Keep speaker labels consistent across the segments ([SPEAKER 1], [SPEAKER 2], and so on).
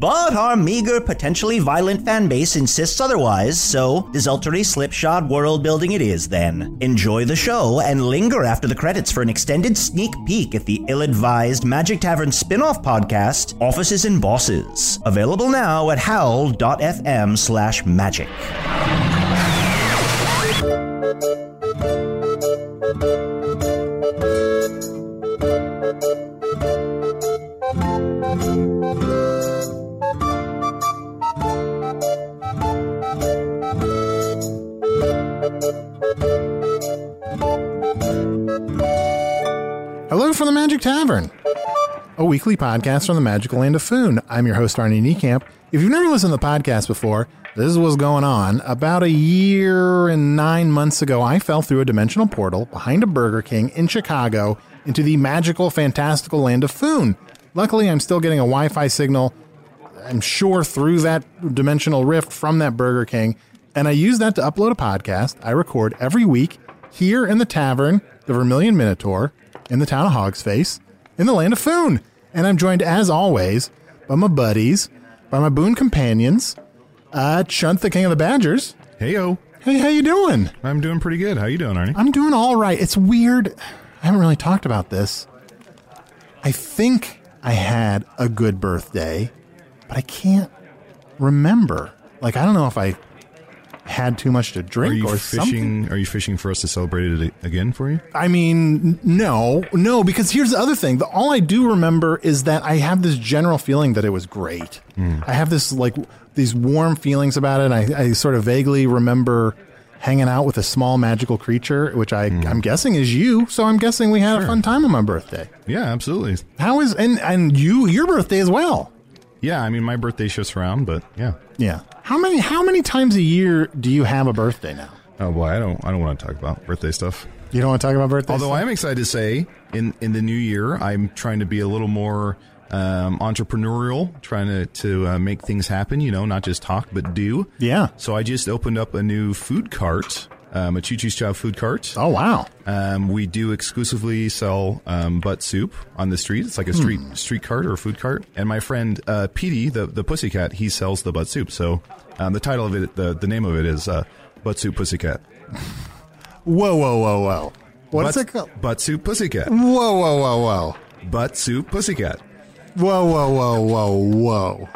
[SPEAKER 1] but our meager, potentially violent fan base insists otherwise, so desultory slipshod world building it is then. Enjoy the show and linger after the credits for an extended sneak peek at the ill advised Magic Tavern spin off podcast, Offices and Bosses. Available now at howl.fm slash magic.
[SPEAKER 2] Hello from the Magic Tavern, a weekly podcast from the magical land of Foon. I'm your host, Arnie Niekamp. If you've never listened to the podcast before, this is what's going on. About a year and nine months ago, I fell through a dimensional portal behind a Burger King in Chicago into the magical, fantastical land of Foon. Luckily, I'm still getting a Wi Fi signal, I'm sure, through that dimensional rift from that Burger King. And I use that to upload a podcast I record every week here in the tavern, the Vermilion Minotaur, in the town of Hog's Face, in the land of Foon. And I'm joined, as always, by my buddies, by my boon companions, uh, Chunt, the King of the Badgers.
[SPEAKER 3] Heyo,
[SPEAKER 2] Hey, how you doing?
[SPEAKER 3] I'm doing pretty good. How you doing, Arnie?
[SPEAKER 2] I'm doing all right. It's weird. I haven't really talked about this. I think I had a good birthday, but I can't remember. Like I don't know if I had too much to
[SPEAKER 3] Are
[SPEAKER 2] drink
[SPEAKER 3] you
[SPEAKER 2] or
[SPEAKER 3] fishing?
[SPEAKER 2] something.
[SPEAKER 3] Are you fishing for us to celebrate it again for you?
[SPEAKER 2] I mean, n- no, no, because here's the other thing. The, all I do remember is that I have this general feeling that it was great.
[SPEAKER 3] Hmm.
[SPEAKER 2] I have this like w- these warm feelings about it. I, I sort of vaguely remember hanging out with a small magical creature, which I,
[SPEAKER 3] Hmm.
[SPEAKER 2] I'm guessing is you. So I'm guessing we had a fun time on my birthday.
[SPEAKER 3] Yeah, absolutely.
[SPEAKER 2] How is and and you your birthday as well?
[SPEAKER 3] Yeah, I mean my birthday shifts around, but yeah.
[SPEAKER 2] Yeah. How many how many times a year do you have a birthday now?
[SPEAKER 3] Oh boy, I don't I don't want to talk about birthday stuff.
[SPEAKER 2] You don't want to talk about birthdays.
[SPEAKER 3] Although I am excited to say in in the new year, I'm trying to be a little more um, entrepreneurial, trying to to uh, make things happen. You know, not just talk but do.
[SPEAKER 2] yeah.
[SPEAKER 3] So I just opened up a new food cart, um, a Choo Choo's Chow food cart.
[SPEAKER 2] Oh wow.
[SPEAKER 3] Um, we do exclusively sell um, butt soup on the street. It's like a
[SPEAKER 2] Hmm.
[SPEAKER 3] street street cart or a food cart. And my friend uh, Petey, the the pussycat, he sells the butt soup. So um, the title of it, the the name of it is uh, butt soup pussycat.
[SPEAKER 2] Whoa whoa whoa whoa. What
[SPEAKER 3] butt,
[SPEAKER 2] is it called?
[SPEAKER 3] Butt soup pussycat.
[SPEAKER 2] Whoa whoa whoa whoa.
[SPEAKER 3] Butt soup pussycat.
[SPEAKER 2] Whoa, whoa, whoa, whoa,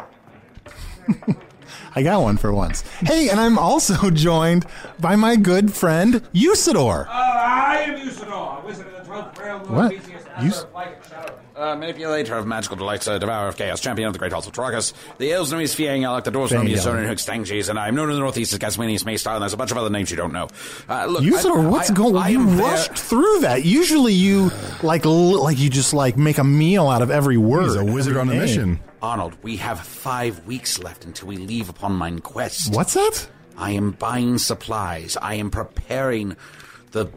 [SPEAKER 2] whoa. I got one for once. Hey, and I'm also joined by my good friend, Usador.
[SPEAKER 4] Ah, I am Usador, wizard of the twelfth realm,
[SPEAKER 2] What?
[SPEAKER 4] Lord Theseus, master
[SPEAKER 2] Us-
[SPEAKER 4] of light and shadow.
[SPEAKER 5] Uh, manipulator of magical delights, uh, devourer of chaos, champion of the great halls of Tragus. The elves know me as Fiangalak, the dwarves know me as
[SPEAKER 2] Fiangalak.
[SPEAKER 5] Zoran Hookstangis, and I'm known in the northeast as Gasmanius Maystar, and there's a bunch of other names you don't know. Uh, look,
[SPEAKER 2] Usador,
[SPEAKER 5] I-
[SPEAKER 2] what's
[SPEAKER 5] I-
[SPEAKER 2] going?
[SPEAKER 5] I
[SPEAKER 2] You
[SPEAKER 5] am there-
[SPEAKER 2] rushed through that. Usually, you like l- like you just like make a meal out of every word.
[SPEAKER 3] He's a wizard
[SPEAKER 2] every
[SPEAKER 3] on a
[SPEAKER 2] name.
[SPEAKER 3] mission.
[SPEAKER 5] Arnold, we have five weeks left until we leave upon mine quest.
[SPEAKER 2] What's that?
[SPEAKER 5] I am buying supplies. I am preparing the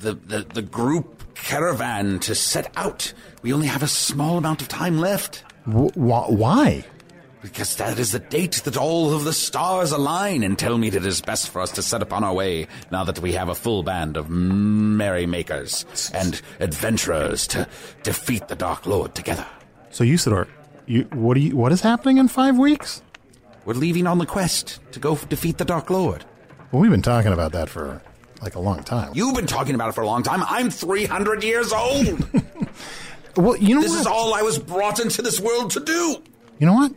[SPEAKER 5] the the, the group caravan to set out. We only have a small amount of time left.
[SPEAKER 2] Wh- wh- why?
[SPEAKER 5] because that is the date that all of the stars align and tell me that it is best for us to set upon our way now that we have a full band of merrymakers and adventurers to defeat the Dark Lord together.
[SPEAKER 2] So Usador, you what do you what is happening in five weeks?
[SPEAKER 5] We're leaving on the quest to go f- defeat the Dark Lord.
[SPEAKER 2] Well, we've been talking about that for like a long time.
[SPEAKER 5] You've been talking about it for a long time. I'm 300 years old.
[SPEAKER 2] well, you know
[SPEAKER 5] this
[SPEAKER 2] what?
[SPEAKER 5] is all I was brought into this world to do.
[SPEAKER 2] you know what?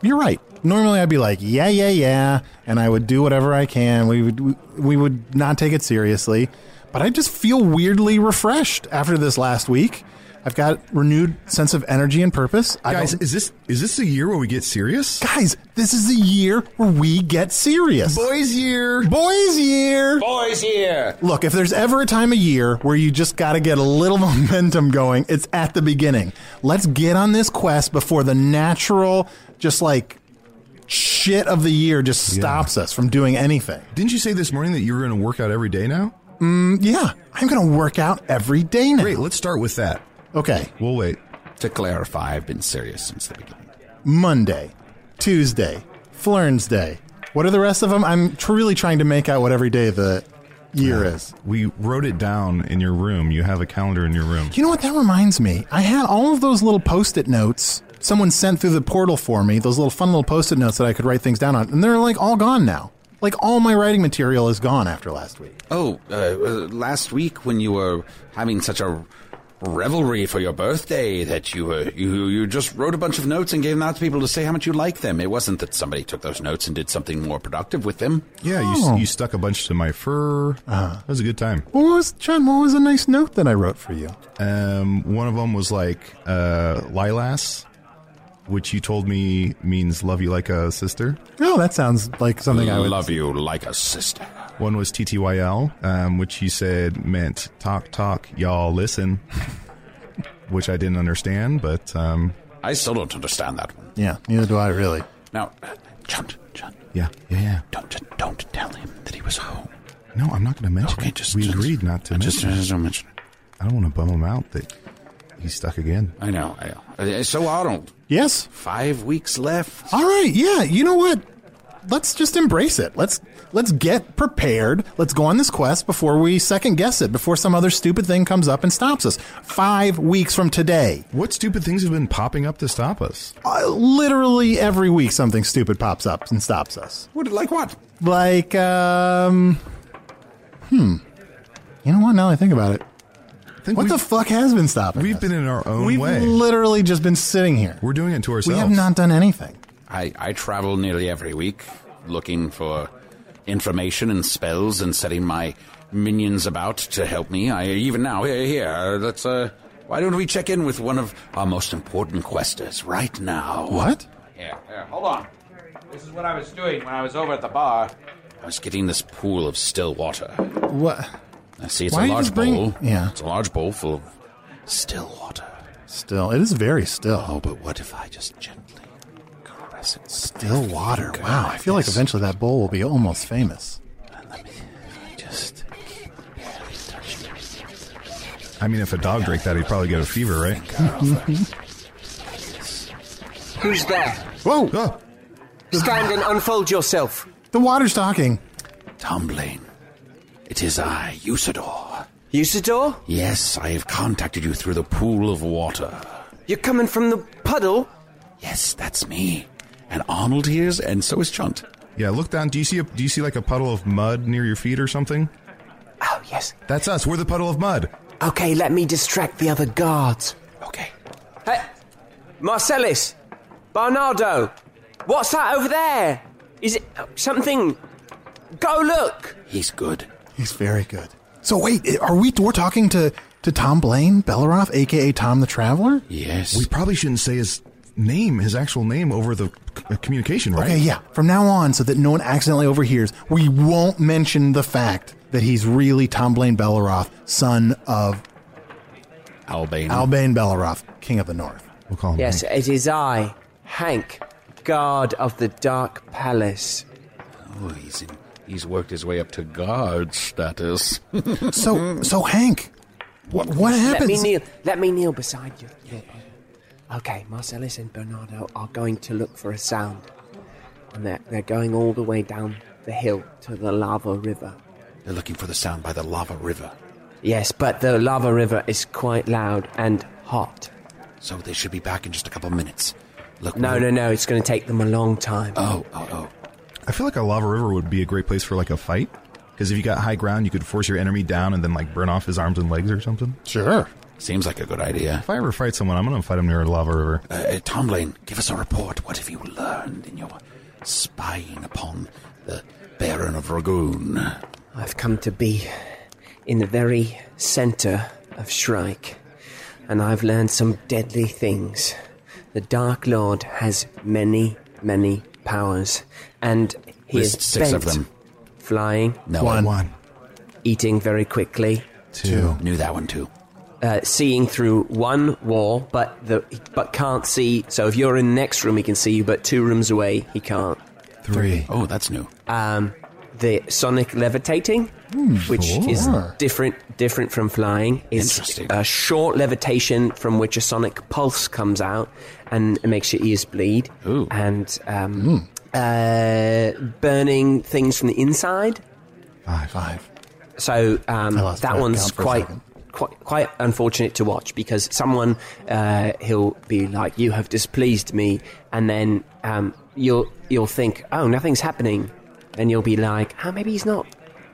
[SPEAKER 2] You're right. Normally, I'd be like, yeah, yeah, yeah, and I would do whatever I can. We would we, we would not take it seriously, but I just feel weirdly refreshed after this last week. I've got renewed sense of energy and purpose. I
[SPEAKER 3] Guys,
[SPEAKER 2] don't-
[SPEAKER 3] is this is this the year where we get serious?
[SPEAKER 2] guys, this is the year where we get serious.
[SPEAKER 3] Boys year.
[SPEAKER 2] Boys year.
[SPEAKER 5] Boys here.
[SPEAKER 2] Look, if there's ever a time of year where you just got to get a little momentum going, it's at the beginning. Let's get on this quest before the natural, just like shit of the year, just stops us from doing anything. Mm,
[SPEAKER 3] Didn't you say this morning that you were going to work out every day now?
[SPEAKER 2] Yeah, I'm going to work out every day now.
[SPEAKER 3] Great, let's start with that.
[SPEAKER 2] Okay,
[SPEAKER 3] We'll wait.
[SPEAKER 5] To clarify, I've been serious since the beginning.
[SPEAKER 2] Monday, Tuesday, Flern's Day. What are the rest of them? I'm truly trying to make out what every day of the year is.
[SPEAKER 3] We wrote it down in your room. You have a calendar in your room.
[SPEAKER 2] You know what? That reminds me. I had all of those little post it notes someone sent through the portal for me, those little fun little post it notes that I could write things down on, and they're like all gone now. Like all my writing material is gone after last week.
[SPEAKER 5] Oh, uh, uh, last week when you were having such a revelry for your birthday that you were you you just wrote a bunch of notes and gave them out to people to say how much you liked them. It wasn't that somebody took those notes and did something more productive with them.
[SPEAKER 3] Yeah, you, you stuck a bunch to my fur. uh That was a good time.
[SPEAKER 2] Oh. Uh-huh. What was, John, what was a nice note that I wrote for you?
[SPEAKER 3] Um, one of them was like uh, Lilas, which you told me means love you like a sister.
[SPEAKER 2] Oh, that sounds like something I would.
[SPEAKER 5] love you like a sister.
[SPEAKER 3] One was TTYL, um, which you said meant talk, talk, y'all listen, which I didn't understand, but um,
[SPEAKER 5] I still don't understand that one.
[SPEAKER 2] Yeah, neither do I really.
[SPEAKER 5] Now, uh, Chunt, Chunt,
[SPEAKER 3] yeah, yeah, yeah.
[SPEAKER 5] don't don't tell him that he was home.
[SPEAKER 3] No, I'm not going to mention
[SPEAKER 5] Okay,
[SPEAKER 3] it.
[SPEAKER 5] just
[SPEAKER 3] we
[SPEAKER 5] just-
[SPEAKER 3] agreed not to
[SPEAKER 5] I
[SPEAKER 3] mention
[SPEAKER 5] Just,
[SPEAKER 3] it.
[SPEAKER 5] just don't mention it.
[SPEAKER 3] I don't want to bum him out that he's stuck again.
[SPEAKER 5] I know. I know. Uh, So Arnold,
[SPEAKER 2] Yes?
[SPEAKER 5] five weeks left.
[SPEAKER 2] All right. Yeah. You know what? Let's just embrace it. Let's let's get prepared. Let's go on this quest before we second guess it, before some other stupid thing comes up and stops us. 5 weeks from today.
[SPEAKER 3] What stupid things have been popping up to stop us?
[SPEAKER 2] Uh, literally every week something stupid pops up and stops us.
[SPEAKER 5] What like what?
[SPEAKER 2] Like, um, hmm. You know what? Now that I think about it.
[SPEAKER 3] I think
[SPEAKER 2] What
[SPEAKER 3] we've,
[SPEAKER 2] the fuck has been stopping
[SPEAKER 3] We've
[SPEAKER 2] us?
[SPEAKER 3] been in our own
[SPEAKER 2] We've
[SPEAKER 3] way.
[SPEAKER 2] literally just been sitting here.
[SPEAKER 3] We're doing it to ourselves.
[SPEAKER 2] We have not done anything.
[SPEAKER 5] I, I travel nearly every week looking for information and spells and setting my minions about to help me. I even now here here uh, let's uh why don't we check in with one of our most important questers right now?
[SPEAKER 2] What?
[SPEAKER 4] Here, here, hold on. This is what I was doing when I was over at the bar.
[SPEAKER 5] I was getting this pool of still water.
[SPEAKER 2] What?
[SPEAKER 5] I see it's
[SPEAKER 2] Why are
[SPEAKER 5] a
[SPEAKER 2] you
[SPEAKER 5] large
[SPEAKER 2] just bringing-
[SPEAKER 5] bowl.
[SPEAKER 2] Yeah.
[SPEAKER 5] It's a large bowl full of still water.
[SPEAKER 2] Still, it is very still.
[SPEAKER 5] Oh, but what if I just gently caress it?
[SPEAKER 2] Still water. Wow. I feel like eventually that bowl will be almost famous.
[SPEAKER 5] Let me just
[SPEAKER 3] I mean, if a dog drank that, he'd probably get a fever, right?
[SPEAKER 6] Who's there?
[SPEAKER 2] Whoa!
[SPEAKER 3] Oh,
[SPEAKER 6] Stand and unfold yourself.
[SPEAKER 2] The water's talking.
[SPEAKER 5] tumbling. It is I, Usador.
[SPEAKER 6] Usador,
[SPEAKER 5] Yes, I have contacted you through the pool of water.
[SPEAKER 6] you're coming from the puddle.
[SPEAKER 5] Yes, that's me. And Arnold hears, and so is Chunt.
[SPEAKER 3] yeah. Look down. Do you see? A, do you see like a puddle of mud near your feet or something?
[SPEAKER 6] Oh, yes.
[SPEAKER 3] That's us. We're the puddle of mud.
[SPEAKER 6] Okay, let me distract the other guards.
[SPEAKER 5] Okay.
[SPEAKER 6] Hey, Marcellus, Barnardo, what's that over there? Is it something? Go look.
[SPEAKER 5] He's good.
[SPEAKER 2] He's very good. So wait, are we? We're talking to to Tom Blaine Belleroff, aka Tom the Traveler.
[SPEAKER 5] Yes.
[SPEAKER 3] We probably shouldn't say his name, his actual name, over the c- uh, communication, right?
[SPEAKER 2] Okay, yeah. From now on, so that no one accidentally overhears, we won't mention the fact that he's really Tom Blaine Belleroff, son of
[SPEAKER 5] Albane.
[SPEAKER 2] Albane Belleroff, King of the North.
[SPEAKER 3] We'll call him.
[SPEAKER 6] Yes,
[SPEAKER 3] Hank.
[SPEAKER 6] it is I, Hank, guard of the Dark Palace.
[SPEAKER 5] oh, he's, in, he's worked his way up to guard status.
[SPEAKER 2] So, so Hank, what what happens?
[SPEAKER 6] Let me kneel. Let me kneel beside you. Okay, Marcellus and Bernardo are going to look for a sound. And they're, they're going all the way down the hill to the lava river.
[SPEAKER 5] They're looking for the sound by the lava river,
[SPEAKER 6] Yes, but the lava river is quite loud and hot.
[SPEAKER 5] so they should be back in just a couple minutes. Look,
[SPEAKER 6] No,
[SPEAKER 5] we'll-
[SPEAKER 6] no, no, it's going to take them a long time.
[SPEAKER 5] Oh, oh, oh.
[SPEAKER 3] I feel like a lava river would be a great place for like a fight because if you got high ground, you could force your enemy down and then like burn off his arms and legs or something.
[SPEAKER 2] Sure.
[SPEAKER 5] Seems like a good idea.
[SPEAKER 3] If I ever fight someone, I'm gonna fight him near a lava river.
[SPEAKER 5] Uh, uh, Tomlin, give us a report. What have you learned in your spying upon the Baron of Ragoon?
[SPEAKER 6] I've come to be in the very center of Shrike, and I've learned some deadly things. The Dark Lord has many, many powers, and he
[SPEAKER 5] List
[SPEAKER 6] is
[SPEAKER 5] six of
[SPEAKER 6] bent-
[SPEAKER 5] them.
[SPEAKER 6] Flying,
[SPEAKER 5] No,
[SPEAKER 2] One.
[SPEAKER 3] One,
[SPEAKER 6] eating very quickly,
[SPEAKER 3] two.
[SPEAKER 5] I knew that one too.
[SPEAKER 6] uh, seeing through one wall, but the but can't see. So if you're in the next room, he can see you, but two rooms away, he can't. Um,
[SPEAKER 3] three.
[SPEAKER 5] Oh, that's new.
[SPEAKER 6] the sonic levitating,
[SPEAKER 3] Hmm,
[SPEAKER 6] which is
[SPEAKER 2] sure.
[SPEAKER 6] different different from flying. It's
[SPEAKER 5] Interesting.
[SPEAKER 6] a short levitation from which a sonic pulse comes out and it makes your ears bleed.
[SPEAKER 5] Ooh.
[SPEAKER 6] And
[SPEAKER 3] Hmm.
[SPEAKER 6] um, uh, burning things from the inside.
[SPEAKER 3] Five.
[SPEAKER 2] Five.
[SPEAKER 6] So um,
[SPEAKER 2] I lost
[SPEAKER 6] that
[SPEAKER 2] my
[SPEAKER 6] one's
[SPEAKER 2] count for a
[SPEAKER 6] quite,
[SPEAKER 2] second.
[SPEAKER 6] quite quite unfortunate to watch because someone uh, he'll be like, "You have displeased me," and then um, you'll you'll think, "Oh, nothing's happening," and you'll be like, "Oh, maybe he's not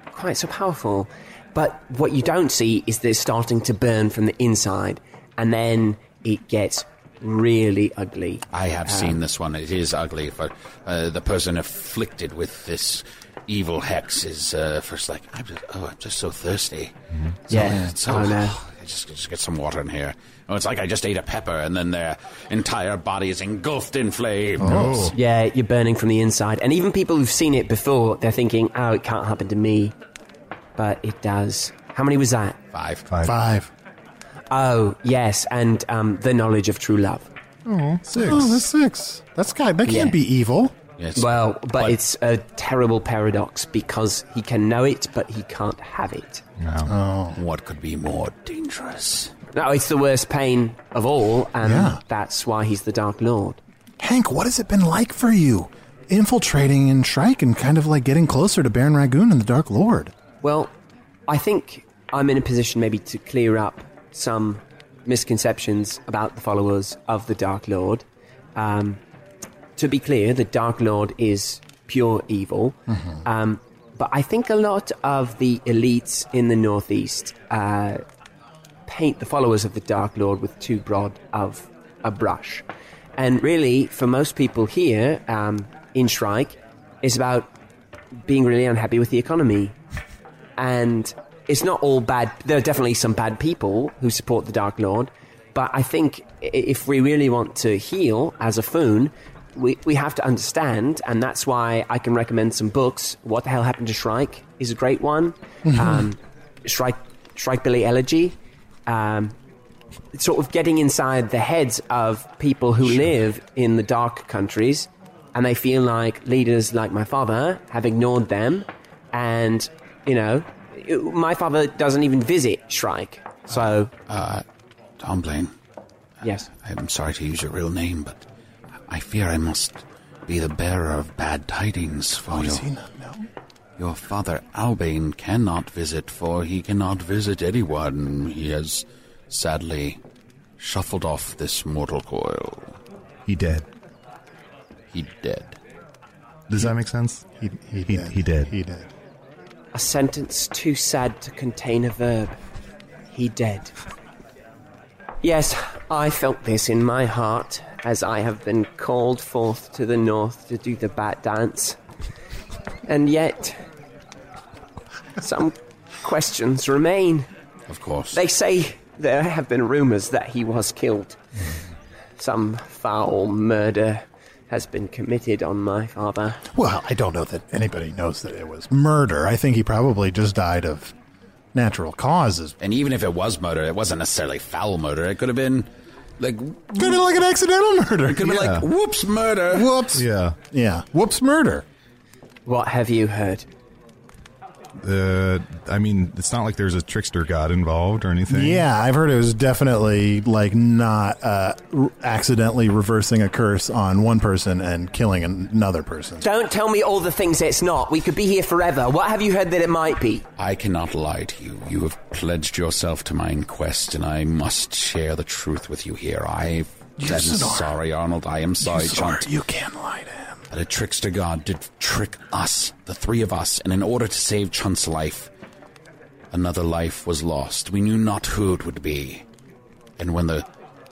[SPEAKER 6] quite so powerful." But what you don't see is they're starting to burn from the inside, and then it gets really ugly. Um,
[SPEAKER 5] I have seen this one. It is ugly, but uh, the person afflicted with this evil hex is uh, first like, I'm just, oh, I'm just so thirsty. So,
[SPEAKER 6] Yeah,
[SPEAKER 5] it's so,
[SPEAKER 6] I know.
[SPEAKER 5] I just, just get some water in here. Oh, it's like I just ate a pepper, and then their entire body is engulfed in flame.
[SPEAKER 3] Oh.
[SPEAKER 6] Yeah, you're burning from the inside. And even people who've seen it before, they're thinking, oh, it can't happen to me. But it does. How many was that?
[SPEAKER 5] Five.
[SPEAKER 2] Five.
[SPEAKER 6] Oh, yes, and um, the knowledge of true love.
[SPEAKER 3] Six.
[SPEAKER 2] Oh, that's six. That's guy. That can't
[SPEAKER 6] Yeah.
[SPEAKER 2] be evil.
[SPEAKER 5] Yes.
[SPEAKER 6] Well, but, it's a terrible paradox because he can know it, but he can't have it.
[SPEAKER 3] Wow.
[SPEAKER 5] what could be more dangerous?
[SPEAKER 6] No, it's the worst pain of all, and
[SPEAKER 2] Yeah.
[SPEAKER 6] that's why he's the Dark Lord.
[SPEAKER 2] Hank, what has it been like for you? Infiltrating in Shrike and kind of like getting closer to Baron Ragoon and the Dark Lord.
[SPEAKER 6] Well, I think I'm in a position maybe to clear up some misconceptions about the followers of the Dark Lord. Um, to be clear, the Dark Lord is pure evil. Um, but I think a lot of the elites in the Northeast uh, paint the followers of the Dark Lord with too broad of a brush. And really, for most people here um, in Shrike, it's about being really unhappy with the economy and it's not all bad. There are definitely some bad people who support the Dark Lord, but I think i- if we really want to heal as a Foon, we, we have to understand, and that's why I can recommend some books. What the Hell Happened to Shrike is a great one. Um, Shrike, Shrike Billy Elegy. Um, sort of getting inside the heads of people who live in the dark countries and they feel like leaders like my father have ignored them and you know it- my father doesn't even visit shrike so
[SPEAKER 5] Uh, Tom Blaine,
[SPEAKER 6] yes
[SPEAKER 5] I'm sorry to use your real name, but I fear I must be the bearer of bad tidings
[SPEAKER 3] Oh,
[SPEAKER 5] for you. Your father Albane cannot visit, for he cannot visit anyone. He has sadly shuffled off this mortal coil.
[SPEAKER 3] He dead.
[SPEAKER 5] He dead.
[SPEAKER 3] Does that make sense? He he he, dead.
[SPEAKER 2] He did.
[SPEAKER 6] a sentence too sad to contain a verb he dead yes i felt this in my heart as i have been called forth to the north to do the bat dance and yet some questions remain
[SPEAKER 5] Of course.
[SPEAKER 6] they say there have been rumors that he was killed. Some foul murder has been committed on my father.
[SPEAKER 2] Well, I don't know that anybody knows that it was murder. I think he probably just died of natural causes.
[SPEAKER 5] and even if it was murder, it wasn't necessarily foul murder. It could have been like
[SPEAKER 2] Could have been like an accidental murder.
[SPEAKER 5] could have been like whoops murder.
[SPEAKER 2] Whoops.
[SPEAKER 3] Yeah.
[SPEAKER 2] Yeah. Whoops, murder.
[SPEAKER 6] What have you heard?
[SPEAKER 3] Uh, I mean, it's not like there's a trickster god involved or anything.
[SPEAKER 2] Yeah, I've heard it was definitely like not uh, r- accidentally reversing a curse on one person and killing an- another person.
[SPEAKER 6] Don't tell me all the things it's not. We could be here forever. What have you heard that it might be?
[SPEAKER 5] I cannot lie to you. You have pledged yourself to mine quest, and I must share the truth with you here. I am
[SPEAKER 2] Usador.
[SPEAKER 5] sorry, Arnold. I am sorry, Chunt.
[SPEAKER 2] you can lie to him.
[SPEAKER 5] That a trickster god did trick us, the three of us, and in order to save Chunt's life, another life was lost. We knew not who it would be. And when the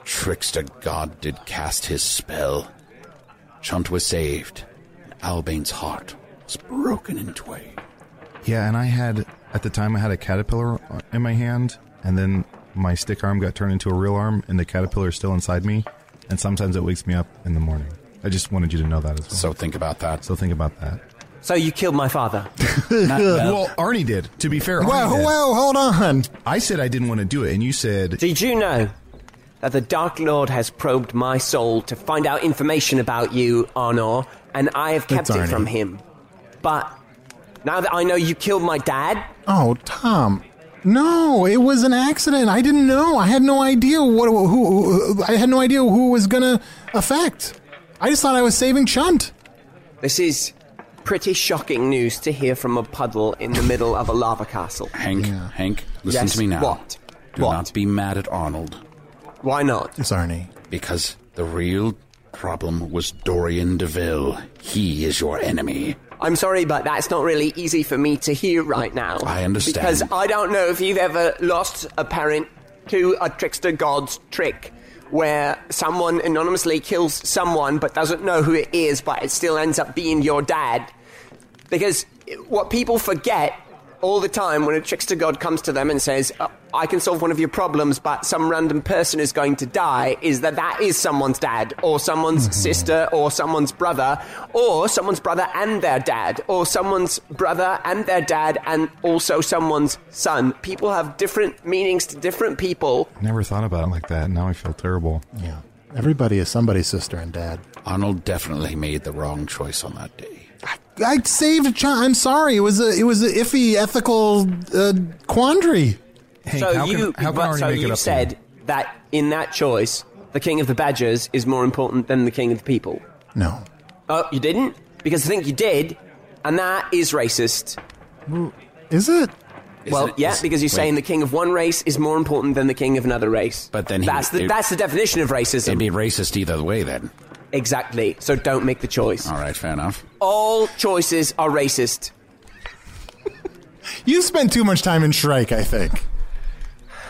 [SPEAKER 5] trickster god did cast his spell, Chunt was saved, and Albane's heart was broken in twain.
[SPEAKER 3] Yeah, and I had at the time I had a caterpillar in my hand, and then my stick arm got turned into a real arm, and the caterpillar is still inside me. And sometimes it wakes me up in the morning. I just wanted you to know that as well.
[SPEAKER 5] So think about that.
[SPEAKER 3] so think about that.
[SPEAKER 6] So you killed my father.
[SPEAKER 3] Well, Arnie did. To be fair, Arnie
[SPEAKER 2] Whoa,
[SPEAKER 3] did.
[SPEAKER 2] whoa, hold on.
[SPEAKER 3] I said I didn't want to do it, and you said
[SPEAKER 6] Did you know that the Dark Lord has probed my soul to find out information about you, Arnor, and I have
[SPEAKER 2] It's
[SPEAKER 6] kept it
[SPEAKER 2] Arnie.
[SPEAKER 6] from him? But now that I know you killed my dad,
[SPEAKER 2] Oh, Tom. No, it was an accident. I didn't know. I had no idea what who, who I had no idea who it was going to affect. I just thought I was saving Chunt.
[SPEAKER 6] this is pretty shocking news to hear from a puddle in the middle of a lava castle.
[SPEAKER 5] Hank, Hank, listen
[SPEAKER 6] Yes,
[SPEAKER 5] to me now.
[SPEAKER 6] what?
[SPEAKER 5] Do
[SPEAKER 6] What?
[SPEAKER 5] not be mad at Arnold
[SPEAKER 6] Why not?
[SPEAKER 2] It's Arnie.
[SPEAKER 5] because the real problem was Dorian Deville. He is your enemy.
[SPEAKER 6] I'm sorry, but that's not really easy for me to hear right now.
[SPEAKER 5] I understand.
[SPEAKER 6] Because I don't know if you've ever lost a parent to a trickster god's trick, where someone anonymously kills someone but doesn't know who it is, but it still ends up being your dad. Because what people forget all the time when a trickster god comes to them and says, "Uh, I can solve one of your problems, but some random person is going to die, is that that is someone's dad, or
[SPEAKER 3] Mm-hmm.
[SPEAKER 6] someone's sister, or someone's brother, or someone's brother and their dad, or someone's brother and their dad, and also someone's son. People have different meanings to different people.
[SPEAKER 3] never thought about it like that. Now I feel terrible.
[SPEAKER 2] Yeah. Everybody is somebody's sister and dad.
[SPEAKER 5] Arnold definitely made the wrong choice on that day.
[SPEAKER 2] I saved Chunt. I'm sorry. It was a it was an iffy ethical uh, quandary.
[SPEAKER 3] Hank,
[SPEAKER 6] So
[SPEAKER 3] how
[SPEAKER 6] you,
[SPEAKER 3] can, how can
[SPEAKER 6] but-
[SPEAKER 3] Arnie
[SPEAKER 6] so
[SPEAKER 3] make it
[SPEAKER 6] you
[SPEAKER 3] up? to
[SPEAKER 6] said
[SPEAKER 3] you?
[SPEAKER 6] that in that choice, the king of the badgers is more important than the king of the people.
[SPEAKER 2] No.
[SPEAKER 6] Oh, you didn't? Because I think you did, and that is racist.
[SPEAKER 2] Is it?
[SPEAKER 6] well,
[SPEAKER 5] it-
[SPEAKER 6] yeah,
[SPEAKER 5] is-
[SPEAKER 6] because you're
[SPEAKER 5] wait.
[SPEAKER 6] saying the king of one race is more important than the king of another race.
[SPEAKER 5] But then he-
[SPEAKER 6] that's the
[SPEAKER 5] it-
[SPEAKER 6] that's the definition of racism.
[SPEAKER 5] It'd be racist either way then.
[SPEAKER 6] exactly. So don't make the choice.
[SPEAKER 5] All right, fair enough.
[SPEAKER 6] All choices are racist.
[SPEAKER 2] You spent too much time in Shrike, I think.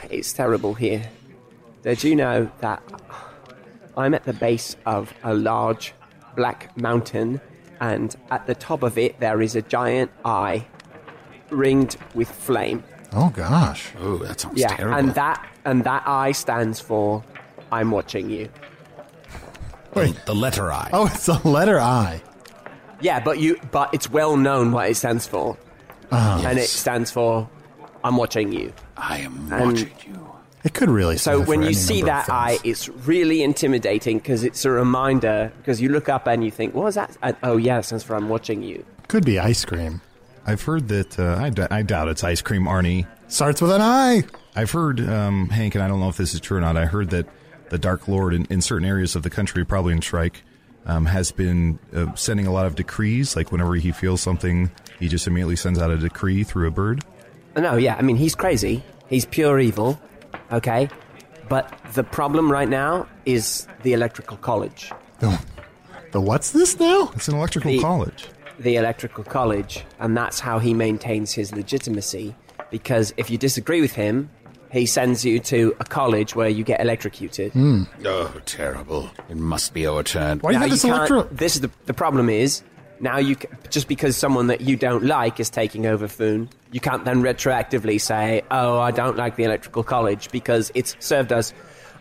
[SPEAKER 6] It's terrible here. Did you know that I'm at the base of a large black mountain, and at the top of it there is a giant eye, ringed with flame.
[SPEAKER 2] Oh gosh.
[SPEAKER 5] Oh, that sounds
[SPEAKER 6] Yeah,
[SPEAKER 5] terrible.
[SPEAKER 6] and that and that I stands for I'm watching you.
[SPEAKER 5] the, the letter I.
[SPEAKER 2] Oh, it's the letter I.
[SPEAKER 6] Yeah, but you but it's well known what it stands for. and it stands for I'm watching you.
[SPEAKER 5] Ah. I am watching you.
[SPEAKER 2] It could really.
[SPEAKER 6] So
[SPEAKER 2] stand for
[SPEAKER 6] when you
[SPEAKER 2] any
[SPEAKER 6] see
[SPEAKER 2] number of
[SPEAKER 6] that eye,
[SPEAKER 2] things.
[SPEAKER 6] it's really intimidating because it's a reminder because you look up and you think, what was that? And, oh, yeah, it stands for I'm watching you.
[SPEAKER 2] could be ice cream.
[SPEAKER 3] I've heard that. Uh, I, d- I doubt it's ice cream, Arnie.
[SPEAKER 2] Starts with an I.
[SPEAKER 3] I've heard, um, Hank, and I don't know if this is true or not. I heard that the Dark Lord in, in certain areas of the country, probably in Shrike, um, has been uh, sending a lot of decrees. Like whenever he feels something, he just immediately sends out a decree through a bird.
[SPEAKER 6] No, yeah, I mean, he's crazy. He's pure evil, okay? But the problem right now is the Electrical College.
[SPEAKER 2] The, the what's this now?
[SPEAKER 3] It's an electrical
[SPEAKER 6] Hey.
[SPEAKER 3] college.
[SPEAKER 6] the Electrical College, and that's how he maintains his legitimacy. Because if you disagree with him, he sends you to a college where you get electrocuted.
[SPEAKER 5] Oh, terrible. It must be overturned.
[SPEAKER 2] Hmm. Why do you
[SPEAKER 6] Now,
[SPEAKER 2] have
[SPEAKER 6] you
[SPEAKER 2] this
[SPEAKER 6] can't-
[SPEAKER 2] electro?
[SPEAKER 6] this is the, the problem is now you c- just because someone that you don't like is taking over Foon, you can't then retroactively say, "Oh, I don't like the Electrical College," because it's served us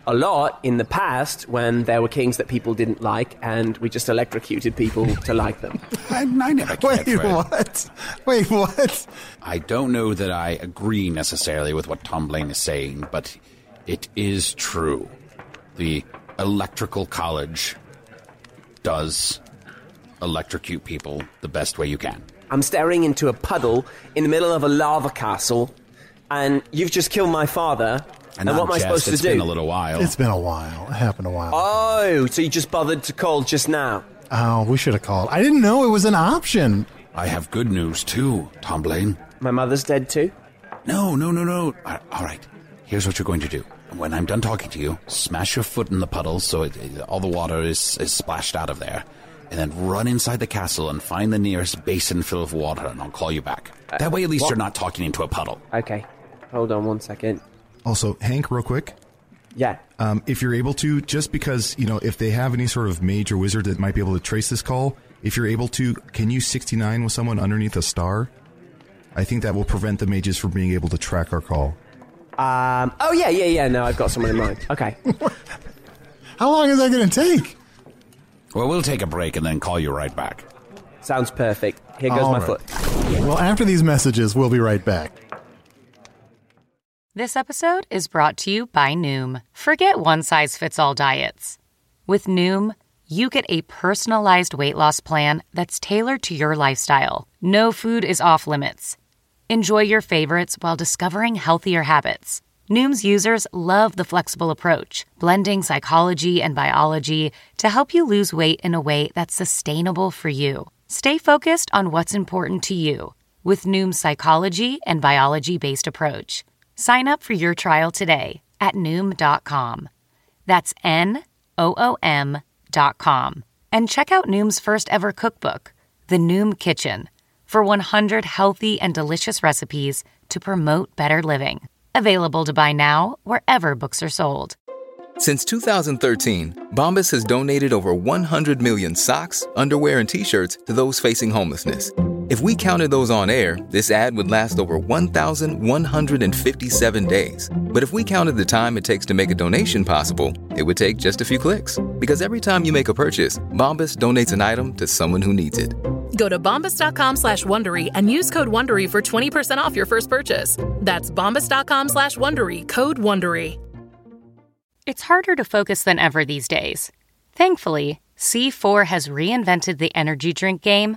[SPEAKER 6] a lot in the past when there were kings that people didn't like, and we just electrocuted people to like them.
[SPEAKER 5] I, I never cared
[SPEAKER 2] Wait,
[SPEAKER 5] for it.
[SPEAKER 2] what? Wait, what?
[SPEAKER 5] I don't know that I agree necessarily with what Tom Blaine is saying, but it is true. The electrical college does electrocute people the best way you can.
[SPEAKER 6] I'm staring into a puddle in the middle of a lava castle, and you've just killed my father. And,
[SPEAKER 5] not
[SPEAKER 6] what am I
[SPEAKER 5] jest,
[SPEAKER 6] supposed
[SPEAKER 5] it's
[SPEAKER 6] to do?
[SPEAKER 5] been a little while.
[SPEAKER 2] It's been a while. It happened a while.
[SPEAKER 6] oh, so you just bothered to call just now?
[SPEAKER 2] oh, we should have called. I didn't know it was an option.
[SPEAKER 5] I have good news too, Tom Blaine.
[SPEAKER 6] My mother's dead too.
[SPEAKER 5] No, no, no, no. A- All right. Here's what you're going to do. When I'm done talking to you, smash your foot in the puddle so it, it- all the water is, is splashed out of there. And then run inside the castle and find the nearest basin full of water, and I'll call you back. That way, at least you're not talking into a puddle.
[SPEAKER 6] Uh, Okay, hold on one second.
[SPEAKER 3] Also, Hank, real quick,
[SPEAKER 6] Yeah,
[SPEAKER 3] um, if you're able to, just because you know, if they have any sort of mage or wizard that might be able to trace this call, if you're able to, can you 69 with someone underneath a star? I think that will prevent the mages from being able to track our call.
[SPEAKER 6] Um, oh yeah, yeah, yeah. No, I've got someone in mind. Okay.
[SPEAKER 2] How long is that going to take?
[SPEAKER 5] Well, we'll take a break and then call you right back.
[SPEAKER 6] Sounds perfect. Here goes
[SPEAKER 2] All
[SPEAKER 6] my
[SPEAKER 2] right.
[SPEAKER 6] foot.
[SPEAKER 2] Well, after these messages, we'll be right back.
[SPEAKER 7] This episode is brought to you by Noom. Forget one size fits all diets. With Noom, you get a personalized weight loss plan that's tailored to your lifestyle. No food is off limits. Enjoy your favorites while discovering healthier habits. Noom's users love the flexible approach, blending psychology and biology to help you lose weight in a way that's sustainable for you. Stay focused on what's important to you with Noom's psychology and biology based approach. Sign up for your trial today at Noom.com. That's N O O M dot com. And check out Noom's first ever cookbook, The Noom Kitchen, for 100 healthy and delicious recipes to promote better living. Available to buy now wherever books are sold.
[SPEAKER 8] Since 2013, Bombas has donated over 100 million socks, underwear, and t shirts to those facing homelessness. If we counted those on air, this ad would last over 1,157 days. But if we counted the time it takes to make a donation possible, it would take just a few clicks. Because every time you make a purchase, Bombas donates an item to someone who needs it.
[SPEAKER 9] Go to bombas.com slash Wondery and use code Wondery for 20% off your first purchase. That's bombas.com slash Wondery, code Wondery.
[SPEAKER 7] It's harder to focus than ever these days. Thankfully, C4 has reinvented the energy drink game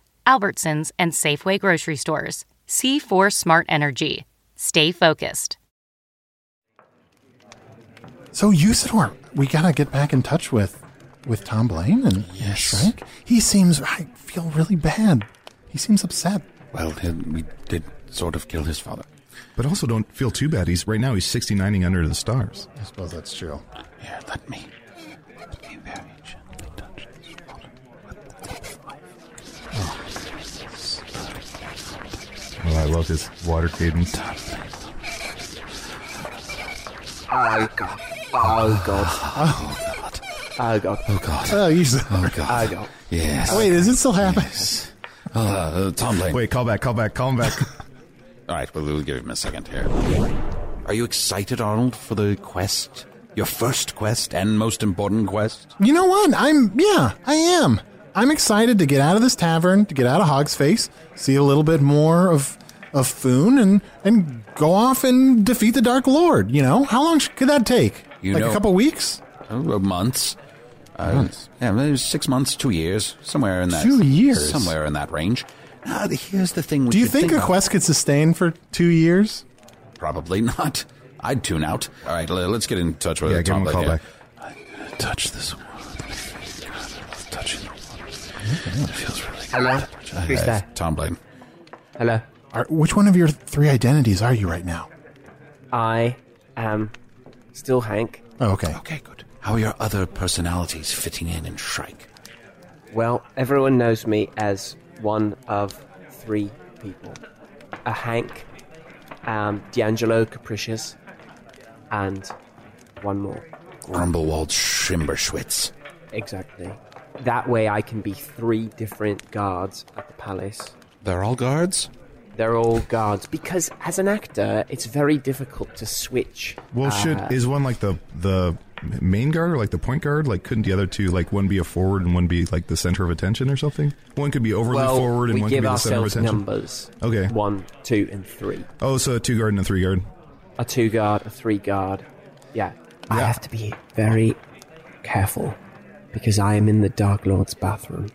[SPEAKER 7] Albertsons, and Safeway grocery stores. C4 Smart Energy. Stay focused.
[SPEAKER 2] So, Usador, we got to get back in touch with with Tom Blaine and yes. Shrek. He seems, I feel really bad. He seems upset.
[SPEAKER 5] Well, we did sort of kill his father.
[SPEAKER 3] But also, don't feel too bad. He's right now he's 69ing under the stars.
[SPEAKER 2] I suppose that's true.
[SPEAKER 5] Here, let me. Let me very gently touch this water with the tip of my
[SPEAKER 3] Oh, I love this water cadence.
[SPEAKER 6] Oh god. Oh god. Oh god.
[SPEAKER 5] Oh, God.
[SPEAKER 2] Oh, Usador.
[SPEAKER 5] Oh, God.
[SPEAKER 6] Oh god.
[SPEAKER 5] Yes.
[SPEAKER 2] Wait, is it still happening?
[SPEAKER 5] Uh, uh, Tom Blaine.
[SPEAKER 3] Wait, call back, call back, call him back.
[SPEAKER 5] All right, well, we'll give him a second here. Are you excited, Arnold, for the quest? Your first quest and most important quest?
[SPEAKER 2] You know what? I'm yeah, I am. I'm excited to get out of this tavern, to get out of Hog's Face, see a little bit more of of Foon, and and go off and defeat the Dark Lord. You know how long sh- could that take?
[SPEAKER 5] You
[SPEAKER 2] like
[SPEAKER 5] know-
[SPEAKER 2] a couple weeks,
[SPEAKER 5] Oh, uh, months. Uh, Yeah, maybe six months, two years, somewhere in that.
[SPEAKER 2] Two years?
[SPEAKER 5] Somewhere in that range. Now, the- Uh, here's the thing. We
[SPEAKER 2] Do you
[SPEAKER 5] should
[SPEAKER 2] think, a
[SPEAKER 5] of.
[SPEAKER 2] quest could sustain for two years?
[SPEAKER 5] Probably not. I'd tune out. All right, le- let's get in touch with
[SPEAKER 3] Yeah, give
[SPEAKER 5] Tom
[SPEAKER 3] him a
[SPEAKER 5] Blaine
[SPEAKER 3] call
[SPEAKER 5] here. I- I Touch this water. Touching the water. It feels really good.
[SPEAKER 6] Hello.
[SPEAKER 5] Uh,
[SPEAKER 6] Who's there?
[SPEAKER 5] Tom Blaine.
[SPEAKER 6] Hello.
[SPEAKER 2] Are, which one of your three identities are you right now?
[SPEAKER 6] I am still Hank.
[SPEAKER 2] Oh, okay.
[SPEAKER 5] Okay, good. How are your other personalities fitting in in Shrike?
[SPEAKER 6] Well, everyone knows me as one of three people: a Hank, um, D'Angelo Capricious, and one more.
[SPEAKER 5] Grumblewald Schimberschwitz.
[SPEAKER 6] Exactly. That way, I can be three different guards at the palace.
[SPEAKER 5] They're all guards?
[SPEAKER 6] They're all guards because as an actor, it's very difficult to switch. uh,
[SPEAKER 3] Well, should is one like the the main guard or like the point guard? Like, couldn't the other two like one be a forward and one be like the center of attention or something? One could be overly
[SPEAKER 6] well,
[SPEAKER 3] forward and
[SPEAKER 6] we
[SPEAKER 3] one could
[SPEAKER 6] give
[SPEAKER 3] be the center of
[SPEAKER 6] ourselves
[SPEAKER 3] attention.
[SPEAKER 6] numbers.
[SPEAKER 3] Okay.
[SPEAKER 6] One, two, and three.
[SPEAKER 3] Oh, so a two guard and a three guard.
[SPEAKER 6] A two guard, a three guard. Yeah. I have to be very careful because I am in the Dark Lord's bathroom.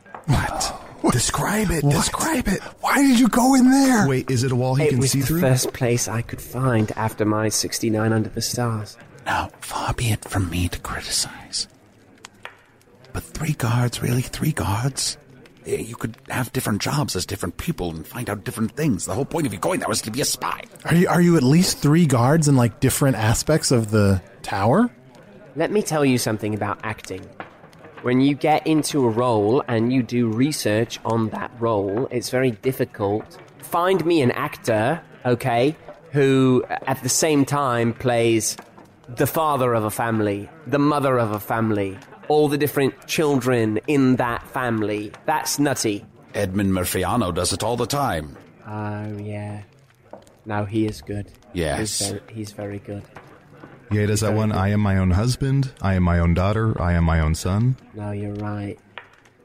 [SPEAKER 3] Describe it. Describe it.
[SPEAKER 2] Why did you go in there?
[SPEAKER 3] Wait, is it a wall he
[SPEAKER 6] it
[SPEAKER 3] can
[SPEAKER 6] was
[SPEAKER 3] see
[SPEAKER 6] the
[SPEAKER 3] through?
[SPEAKER 6] first place I could find after my 69 Under the Stars.
[SPEAKER 10] Now, far be it from me to criticize. But three guards, really? Three guards? Eh, You could have different jobs as different people and find out different things. The whole point of you going there was to be a spy.
[SPEAKER 2] Are you are you at least three guards in like different aspects of the tower?
[SPEAKER 6] Let me tell you something about acting. When you get into a role and you do research on that role, it's very difficult. Find me an actor, okay, who at the same time plays the father of a family, the mother of a family, all the different children in that family. That's nutty.
[SPEAKER 10] Edmund Murphyano does it all the time.
[SPEAKER 6] Oh, yeah. No, he is good.
[SPEAKER 10] Yes.
[SPEAKER 6] He's very, he's very good.
[SPEAKER 3] Yeah, does that one? I am my own husband. I am my own daughter. I am my own son.
[SPEAKER 6] No, you're right.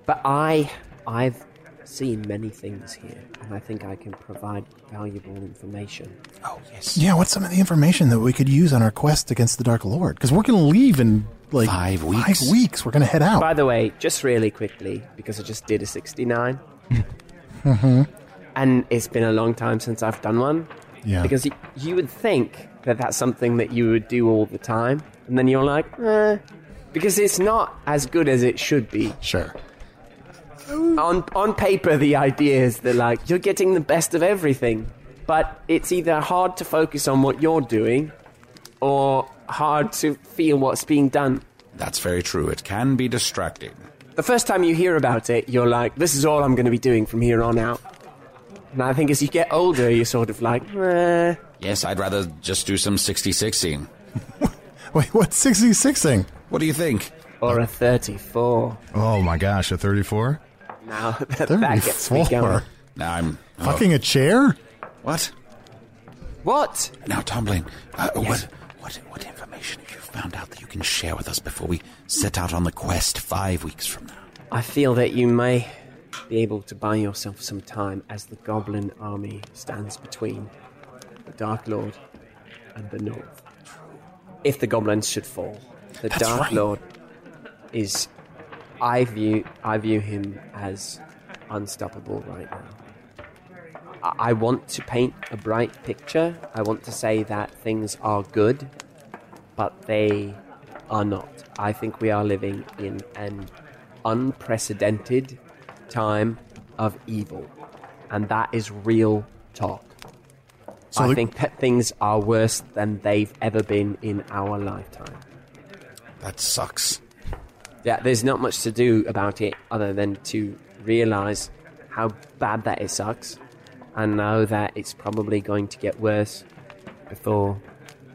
[SPEAKER 6] But I, I've seen many things here, and I think I can provide valuable information.
[SPEAKER 10] Oh, yes.
[SPEAKER 2] Yeah, what's some of the information that we could use on our quest against the Dark Lord? Because we're gonna leave in like
[SPEAKER 10] Five weeks.
[SPEAKER 2] Five weeks. We're gonna head out.
[SPEAKER 6] By the way, just really quickly, because I just did a 69.
[SPEAKER 2] Mm-hmm.
[SPEAKER 6] And it's been a long time since I've done one.
[SPEAKER 2] Yeah.
[SPEAKER 6] Because y- you would think that that's something that you would do all the time, and then you're like, eh. Because it's not as good as it should be.
[SPEAKER 2] sure.
[SPEAKER 6] on on paper the idea is that like you're getting the best of everything but it's either hard to focus on what you're doing or hard to feel what's being done
[SPEAKER 10] That's very true. It can be distracting.
[SPEAKER 6] the first time you hear about it you're like this is all i'm going to be doing from here on out and i think as you get older you're sort of like eh.
[SPEAKER 10] Yes, I'd rather just do some 60-60.
[SPEAKER 2] Wait, what's sixty six thing?
[SPEAKER 10] What do you think?
[SPEAKER 6] or a 34
[SPEAKER 3] Oh my gosh, a thirty-four.
[SPEAKER 6] now that, that gets me going
[SPEAKER 2] Thirty-four.
[SPEAKER 10] Now I'm... oh,
[SPEAKER 2] Fucking a chair?
[SPEAKER 10] what?
[SPEAKER 6] what
[SPEAKER 10] Now, Tomlin, uh, what, what, what information have you found out that you can share with us before we set out on the quest five weeks from now?
[SPEAKER 6] I feel that you may be able to buy yourself some time as the Goblin army stands between the Dark Lord and the North. If the goblins should fall, the Dark
[SPEAKER 10] right.
[SPEAKER 6] Lord is. I view I view him as unstoppable right now. I- I want to paint a bright picture. I want to say that things are good, but they are not. I think we are living in an unprecedented time of evil, and that is real talk. I
[SPEAKER 2] the-
[SPEAKER 6] think that things are worse than they've ever been in our lifetime.
[SPEAKER 10] That sucks.
[SPEAKER 6] Yeah, there's not much to do about it other than to realize how bad that it sucks and know that it's probably going to get worse before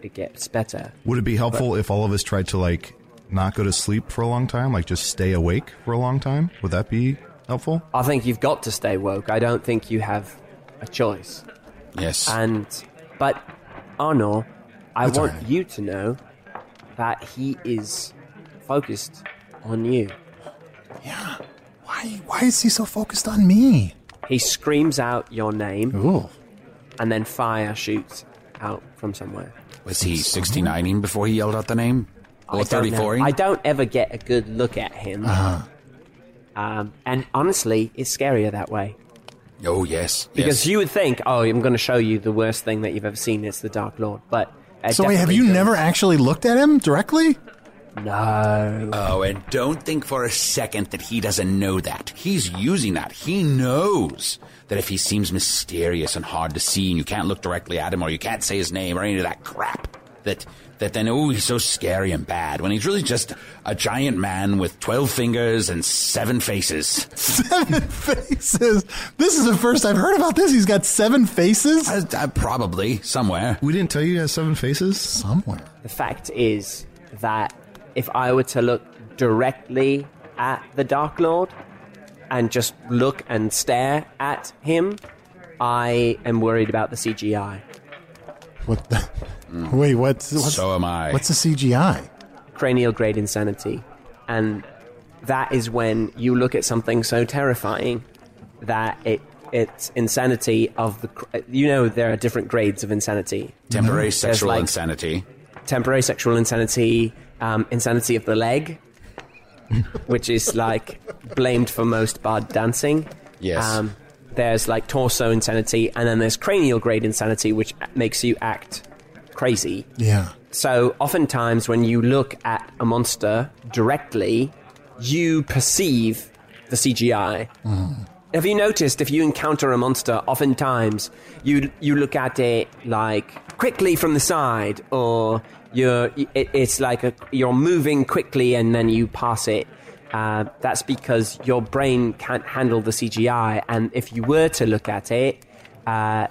[SPEAKER 6] it gets better.
[SPEAKER 3] Would it be helpful if all of us tried to like not go to sleep for a long time, like just stay awake for a long time? Would that be helpful?
[SPEAKER 6] I think you've got to stay woke. I don't think you have a choice.
[SPEAKER 10] Yes.
[SPEAKER 6] And but Arnor, I want you to know that he is focused on you.
[SPEAKER 2] Yeah. Why why is he so focused on me?
[SPEAKER 6] He screams out your name
[SPEAKER 2] Ooh.
[SPEAKER 6] and then fire shoots out from somewhere.
[SPEAKER 10] Was he 69ing before he yelled out the name? Or
[SPEAKER 6] I don't know.
[SPEAKER 10] 34
[SPEAKER 6] I don't ever get a good look at him. Um, and honestly, it's scarier that way.
[SPEAKER 10] Oh, yes.
[SPEAKER 6] Because
[SPEAKER 10] yes.
[SPEAKER 6] you would think, oh, I'm going to show you the worst thing that you've ever seen. It's the Dark Lord. But uh, it
[SPEAKER 2] So wait, have
[SPEAKER 6] definitely
[SPEAKER 2] you
[SPEAKER 6] goes-
[SPEAKER 2] never actually looked at him directly?
[SPEAKER 6] No.
[SPEAKER 10] Oh, and don't think for a second that he doesn't know that. He's using that. He knows that if he seems mysterious and hard to see and you can't look directly at him or you can't say his name or any of that crap, that, that then, oh, he's so scary and bad when he's really just a giant man with 12 fingers and seven faces.
[SPEAKER 2] Seven faces. This is the first I've heard about this. He's got seven faces
[SPEAKER 10] Uh, uh, probably somewhere.
[SPEAKER 3] We didn't tell you he has seven faces.
[SPEAKER 2] somewhere.
[SPEAKER 6] The fact is that if I were to look directly at the Dark Lord and just look and stare at him, I am worried about the CGI.
[SPEAKER 2] What the?
[SPEAKER 3] Mm.
[SPEAKER 2] Wait, what's, what's
[SPEAKER 5] So am I.
[SPEAKER 2] What's the CGI?
[SPEAKER 6] cranial grade insanity. And that is when you look at something so terrifying that it it's insanity of the cr- you know there are different grades of insanity.
[SPEAKER 5] Temporary
[SPEAKER 6] There's,
[SPEAKER 5] sexual
[SPEAKER 6] like,
[SPEAKER 5] insanity.
[SPEAKER 6] Temporary sexual insanity, um, insanity of the leg, which is like blamed for most bad dancing.
[SPEAKER 5] Yes.
[SPEAKER 6] Um, there's like torso insanity, and then there's cranial grade insanity, which makes you act crazy.
[SPEAKER 2] Yeah.
[SPEAKER 6] So, oftentimes, when you look at a monster directly, you perceive the CGI. Have you noticed if you encounter a monster, oftentimes you you look at it like quickly from the side, or you're it, it's like a, you're moving quickly and then you pass it. Uh, that's because your brain can't handle the CGI, and if you were to look at it, uh,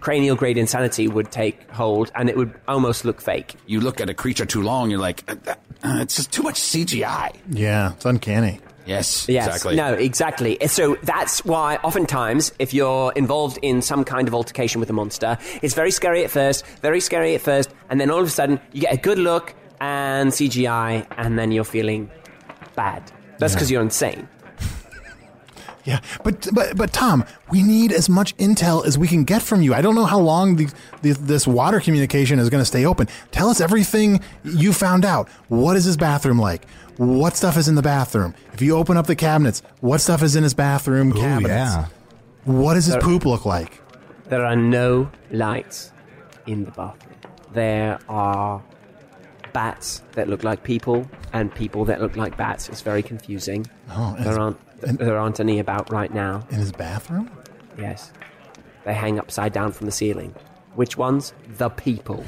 [SPEAKER 6] cranial grade insanity would take hold, and it would almost look fake.
[SPEAKER 5] You look at a creature too long, you're like, uh, uh, it's just too much CGI.
[SPEAKER 2] Yeah, it's uncanny.
[SPEAKER 5] Yes,
[SPEAKER 6] Yes.
[SPEAKER 5] exactly.
[SPEAKER 6] No, exactly. So that's why oftentimes, if you're involved in some kind of altercation with a monster, it's very scary at first, very scary at first, and then all of a sudden you get a good look and CGI, and then you're feeling bad. That's because you're insane.
[SPEAKER 2] Yeah, but but but Tom, we need as much intel as we can get from you. I don't know how long the, the, this water communication is going to stay open. Tell us everything you found out. What is his bathroom like? What stuff is in the bathroom? If you open up the cabinets, what stuff is in his bathroom cabinets?
[SPEAKER 3] yeah.
[SPEAKER 2] What does his poop look like?
[SPEAKER 6] There are no lights in the bathroom. There are bats that look like people and people that look like bats. It's very confusing.
[SPEAKER 2] Oh, and his-
[SPEAKER 6] there aren't there aren't any about right now.
[SPEAKER 2] in his bathroom?
[SPEAKER 6] Yes. They hang upside down from the ceiling. Which ones? The people.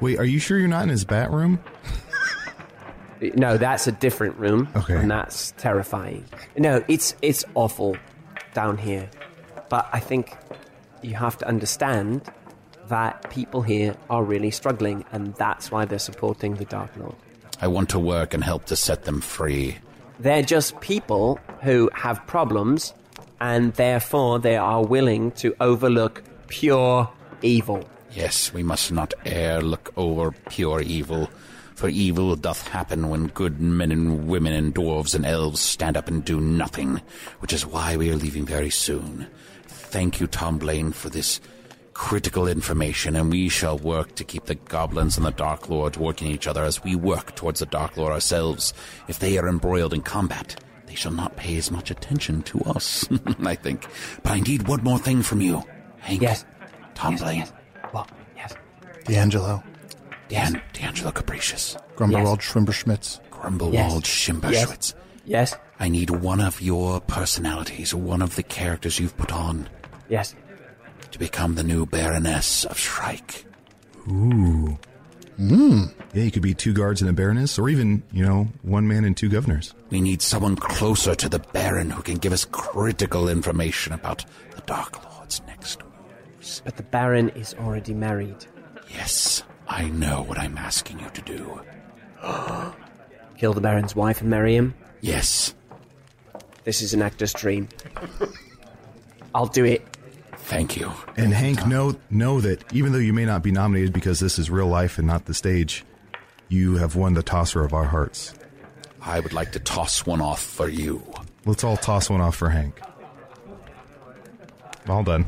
[SPEAKER 3] Wait, are you sure you're not in his bat room?
[SPEAKER 6] No, that's a different room.
[SPEAKER 3] Okay.
[SPEAKER 6] And that's terrifying. No, it's it's awful down here. But I think you have to understand that people here are really struggling and that's why they're supporting the Dark Lord.
[SPEAKER 5] I want to work and help to set them free.
[SPEAKER 6] They're just people who have problems and therefore they are willing to overlook pure evil.
[SPEAKER 5] Yes, we must not e'er look over pure evil, for evil doth happen when good men and women and dwarves and elves stand up and do nothing, which is why we are leaving very soon. Thank you, Tom Blaine, for this critical information, and we shall work to keep the goblins and the Dark Lord working each other as we work towards the Dark Lord ourselves. If they are embroiled in combat, they shall not pay as much attention to us, I think. But I need one more thing from you, Hank.
[SPEAKER 6] Yes.
[SPEAKER 5] Tom Blaine.
[SPEAKER 6] Well, yes.
[SPEAKER 2] D'Angelo,
[SPEAKER 5] Dan, D'Angelo Capricious,
[SPEAKER 2] Grumberwald, Schwimber Schmitz.
[SPEAKER 5] Grumblewald
[SPEAKER 6] Yes.
[SPEAKER 5] Schimberschwitz.
[SPEAKER 6] Yes.
[SPEAKER 5] I need one of your personalities, one of the characters you've put on,
[SPEAKER 6] Yes.
[SPEAKER 5] to become the new Baroness of Shrike. Hmm.
[SPEAKER 3] Yeah, you could be two guards and a baroness, or even, you know, one man and two governors.
[SPEAKER 5] We need someone closer to the Baron who can give us critical information about the Dark Lord's next move.
[SPEAKER 6] But the Baron is already married.
[SPEAKER 5] Yes, I know what I'm asking you to do.
[SPEAKER 6] Kill the Baron's wife and marry him?
[SPEAKER 5] Yes,
[SPEAKER 6] This is an actor's dream. I'll do it.
[SPEAKER 5] thank you.
[SPEAKER 3] And Hank, know know that even though you may not be nominated because this is real life and not the stage, you have won the tosser of our hearts.
[SPEAKER 5] I would like to toss one off for you.
[SPEAKER 3] Let's all toss one off for Hank. All done.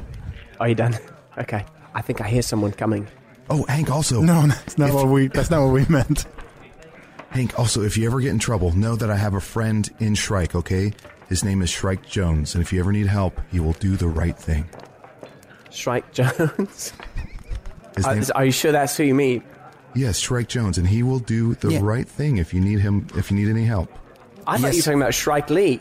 [SPEAKER 6] Are you done? Okay. I think I hear someone coming.
[SPEAKER 3] Oh, Hank. Also,
[SPEAKER 2] No, that's not what we. That's not what we meant.
[SPEAKER 3] Hank. Also, if you ever get in trouble, know that I have a friend in Shrike. Okay, his name is Shrike Jones, and if you ever need help, he will do the right thing.
[SPEAKER 6] Shrike Jones.
[SPEAKER 3] His
[SPEAKER 6] Are,
[SPEAKER 3] name,
[SPEAKER 6] are you sure that's who you mean?
[SPEAKER 3] yes, Shrike Jones, and he will do the right thing if you need him. If you need any help.
[SPEAKER 6] I thought you were talking about Shrike Lee.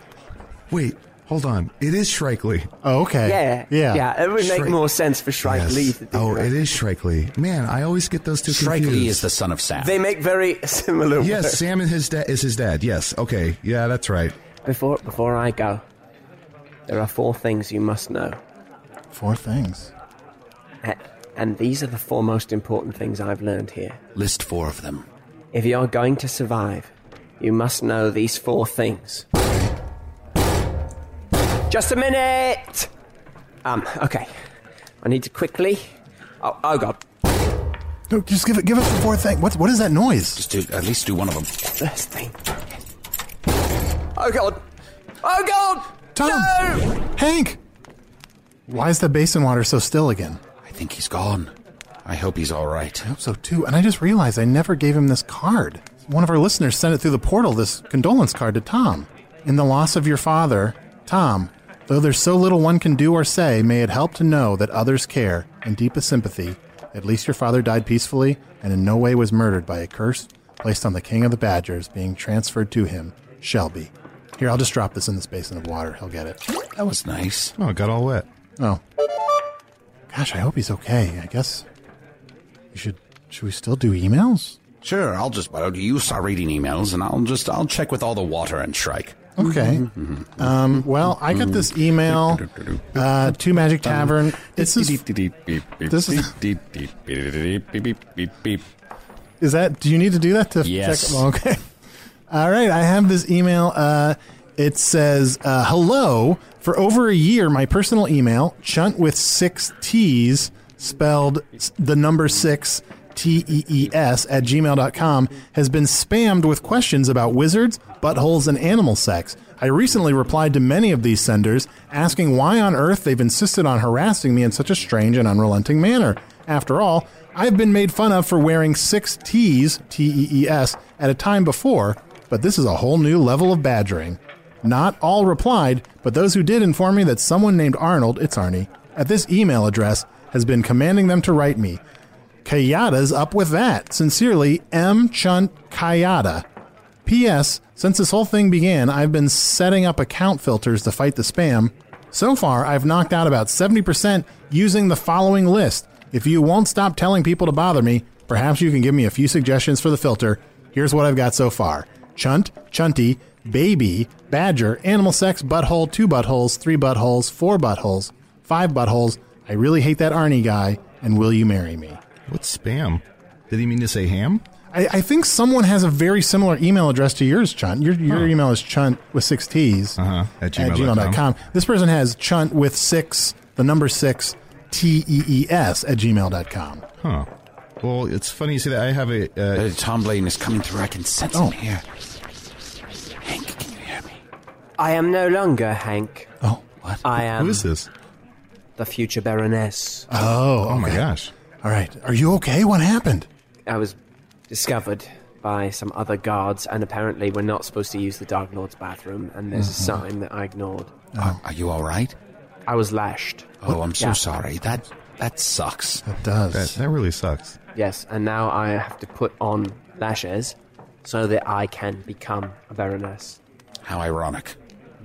[SPEAKER 3] Wait, hold on. It is Shrike Lee.
[SPEAKER 2] Oh, okay.
[SPEAKER 6] Yeah.
[SPEAKER 2] Yeah.
[SPEAKER 6] Yeah. It would make
[SPEAKER 3] Shrike-
[SPEAKER 6] more sense for Shrike
[SPEAKER 3] Yes.
[SPEAKER 6] Lee. To do
[SPEAKER 3] Oh,
[SPEAKER 6] that.
[SPEAKER 3] it is Shrike Lee. Man, I always get those two
[SPEAKER 5] Shrike
[SPEAKER 3] confused.
[SPEAKER 5] Lee is the son of Sam.
[SPEAKER 6] They make very similar
[SPEAKER 3] Yes,
[SPEAKER 6] words.
[SPEAKER 3] Sam and his dad is his dad. Yes. Okay. Yeah, that's right.
[SPEAKER 6] Before, before I go, there are four things you must know.
[SPEAKER 2] Four things.
[SPEAKER 6] A- And these are the four most important things I've learned here.
[SPEAKER 5] List four of them.
[SPEAKER 6] If you're going to survive, you must know these four things. Just a minute! Um, okay. I need to quickly. Oh, oh God.
[SPEAKER 2] No, just give it. Give us the fourth thing. What? What is that noise?
[SPEAKER 10] Just do at least do one of them.
[SPEAKER 6] First thing. Oh God. Oh God.
[SPEAKER 2] Tom. Hank. Why is the basin water so still again?
[SPEAKER 10] I think he's gone. I hope he's all right.
[SPEAKER 2] I hope so too. And I just realized I never gave him this card. One of our listeners sent it through the portal. This condolence card to Tom. In the loss of your father, Tom. Though there's so little one can do or say, may it help to know that others care and deepest sympathy. At least your father died peacefully and in no way was murdered by a curse placed on the king of the badgers being transferred to him, Shelby. Here, I'll just drop this in this basin of water. He'll get it.
[SPEAKER 10] That was nice.
[SPEAKER 3] Oh, it got all wet.
[SPEAKER 2] Oh. Gosh, I hope he's okay. I guess we should should we still do emails?
[SPEAKER 10] Sure, I'll just why don't you start reading emails and I'll just I'll check with all the water and Shrike.
[SPEAKER 2] Okay.
[SPEAKER 10] Mm-hmm.
[SPEAKER 2] Um, well, I got this email uh, to Magic Tavern. It's this, this is, is that do you need to do that to
[SPEAKER 10] Yes.
[SPEAKER 2] check? well, Okay. All right, I have this email. Uh, it says, uh, "Hello. For over a year, my personal email chunt with six T's spelled s- the number six T E E S at gmail.com has been spammed with questions about wizards, buttholes, and animal sex. I recently replied to many of these senders, asking why on earth they've insisted on harassing me in such a strange and unrelenting manner. After all, I've been made fun of for wearing six T's, T E E S, at a time before, but this is a whole new level of badgering. Not all replied, but those who did informed me that someone named Arnold, it's Arnie, at this email address has been commanding them to write me. Kayada's up with that. Sincerely, M. Chunt Kayada. P.S. Since this whole thing began, I've been setting up account filters to fight the spam. So far, I've knocked out about 70% using the following list. If you won't stop telling people to bother me, perhaps you can give me a few suggestions for the filter. Here's what I've got so far Chunt, Chunty, Baby, Badger, Animal Sex, Butthole, Two Buttholes, Three Buttholes, Four Buttholes, Five Buttholes. I really hate that Arnie guy, and will you marry me?
[SPEAKER 3] What's spam? Did he mean to say ham?
[SPEAKER 2] I, I think someone has a very similar email address to yours, Chunt. Your, your email is chunt with six T's
[SPEAKER 3] Uh-huh. At
[SPEAKER 2] at
[SPEAKER 3] gmail.com.
[SPEAKER 2] gmail.com. This person has chunt with six, the number six, T E E S at gmail.com.
[SPEAKER 3] Huh. Well, it's funny you say that. I have a. Uh,
[SPEAKER 10] Uh, Tom Blaine is coming through. I can sense
[SPEAKER 2] Oh.
[SPEAKER 10] him here. Hank, can you hear me?
[SPEAKER 6] I am no longer Hank.
[SPEAKER 2] Oh, what?
[SPEAKER 6] I am
[SPEAKER 3] who is this?
[SPEAKER 6] the future Baroness.
[SPEAKER 2] Oh,
[SPEAKER 3] Oh my
[SPEAKER 2] okay.
[SPEAKER 3] gosh.
[SPEAKER 2] All right. Are you okay? What happened?
[SPEAKER 6] I was discovered by some other guards, and apparently we're not supposed to use the Dark Lord's bathroom, and there's a sign that I ignored.
[SPEAKER 10] Mm-hmm.
[SPEAKER 3] Oh.
[SPEAKER 10] Are, are you all right?
[SPEAKER 6] I was lashed.
[SPEAKER 10] Oh, I'm so
[SPEAKER 6] Yeah.
[SPEAKER 10] sorry. That that sucks.
[SPEAKER 2] It does.
[SPEAKER 3] That, that really sucks.
[SPEAKER 6] Yes, and now I have to put on lashes so that I can become a Baroness.
[SPEAKER 10] How ironic.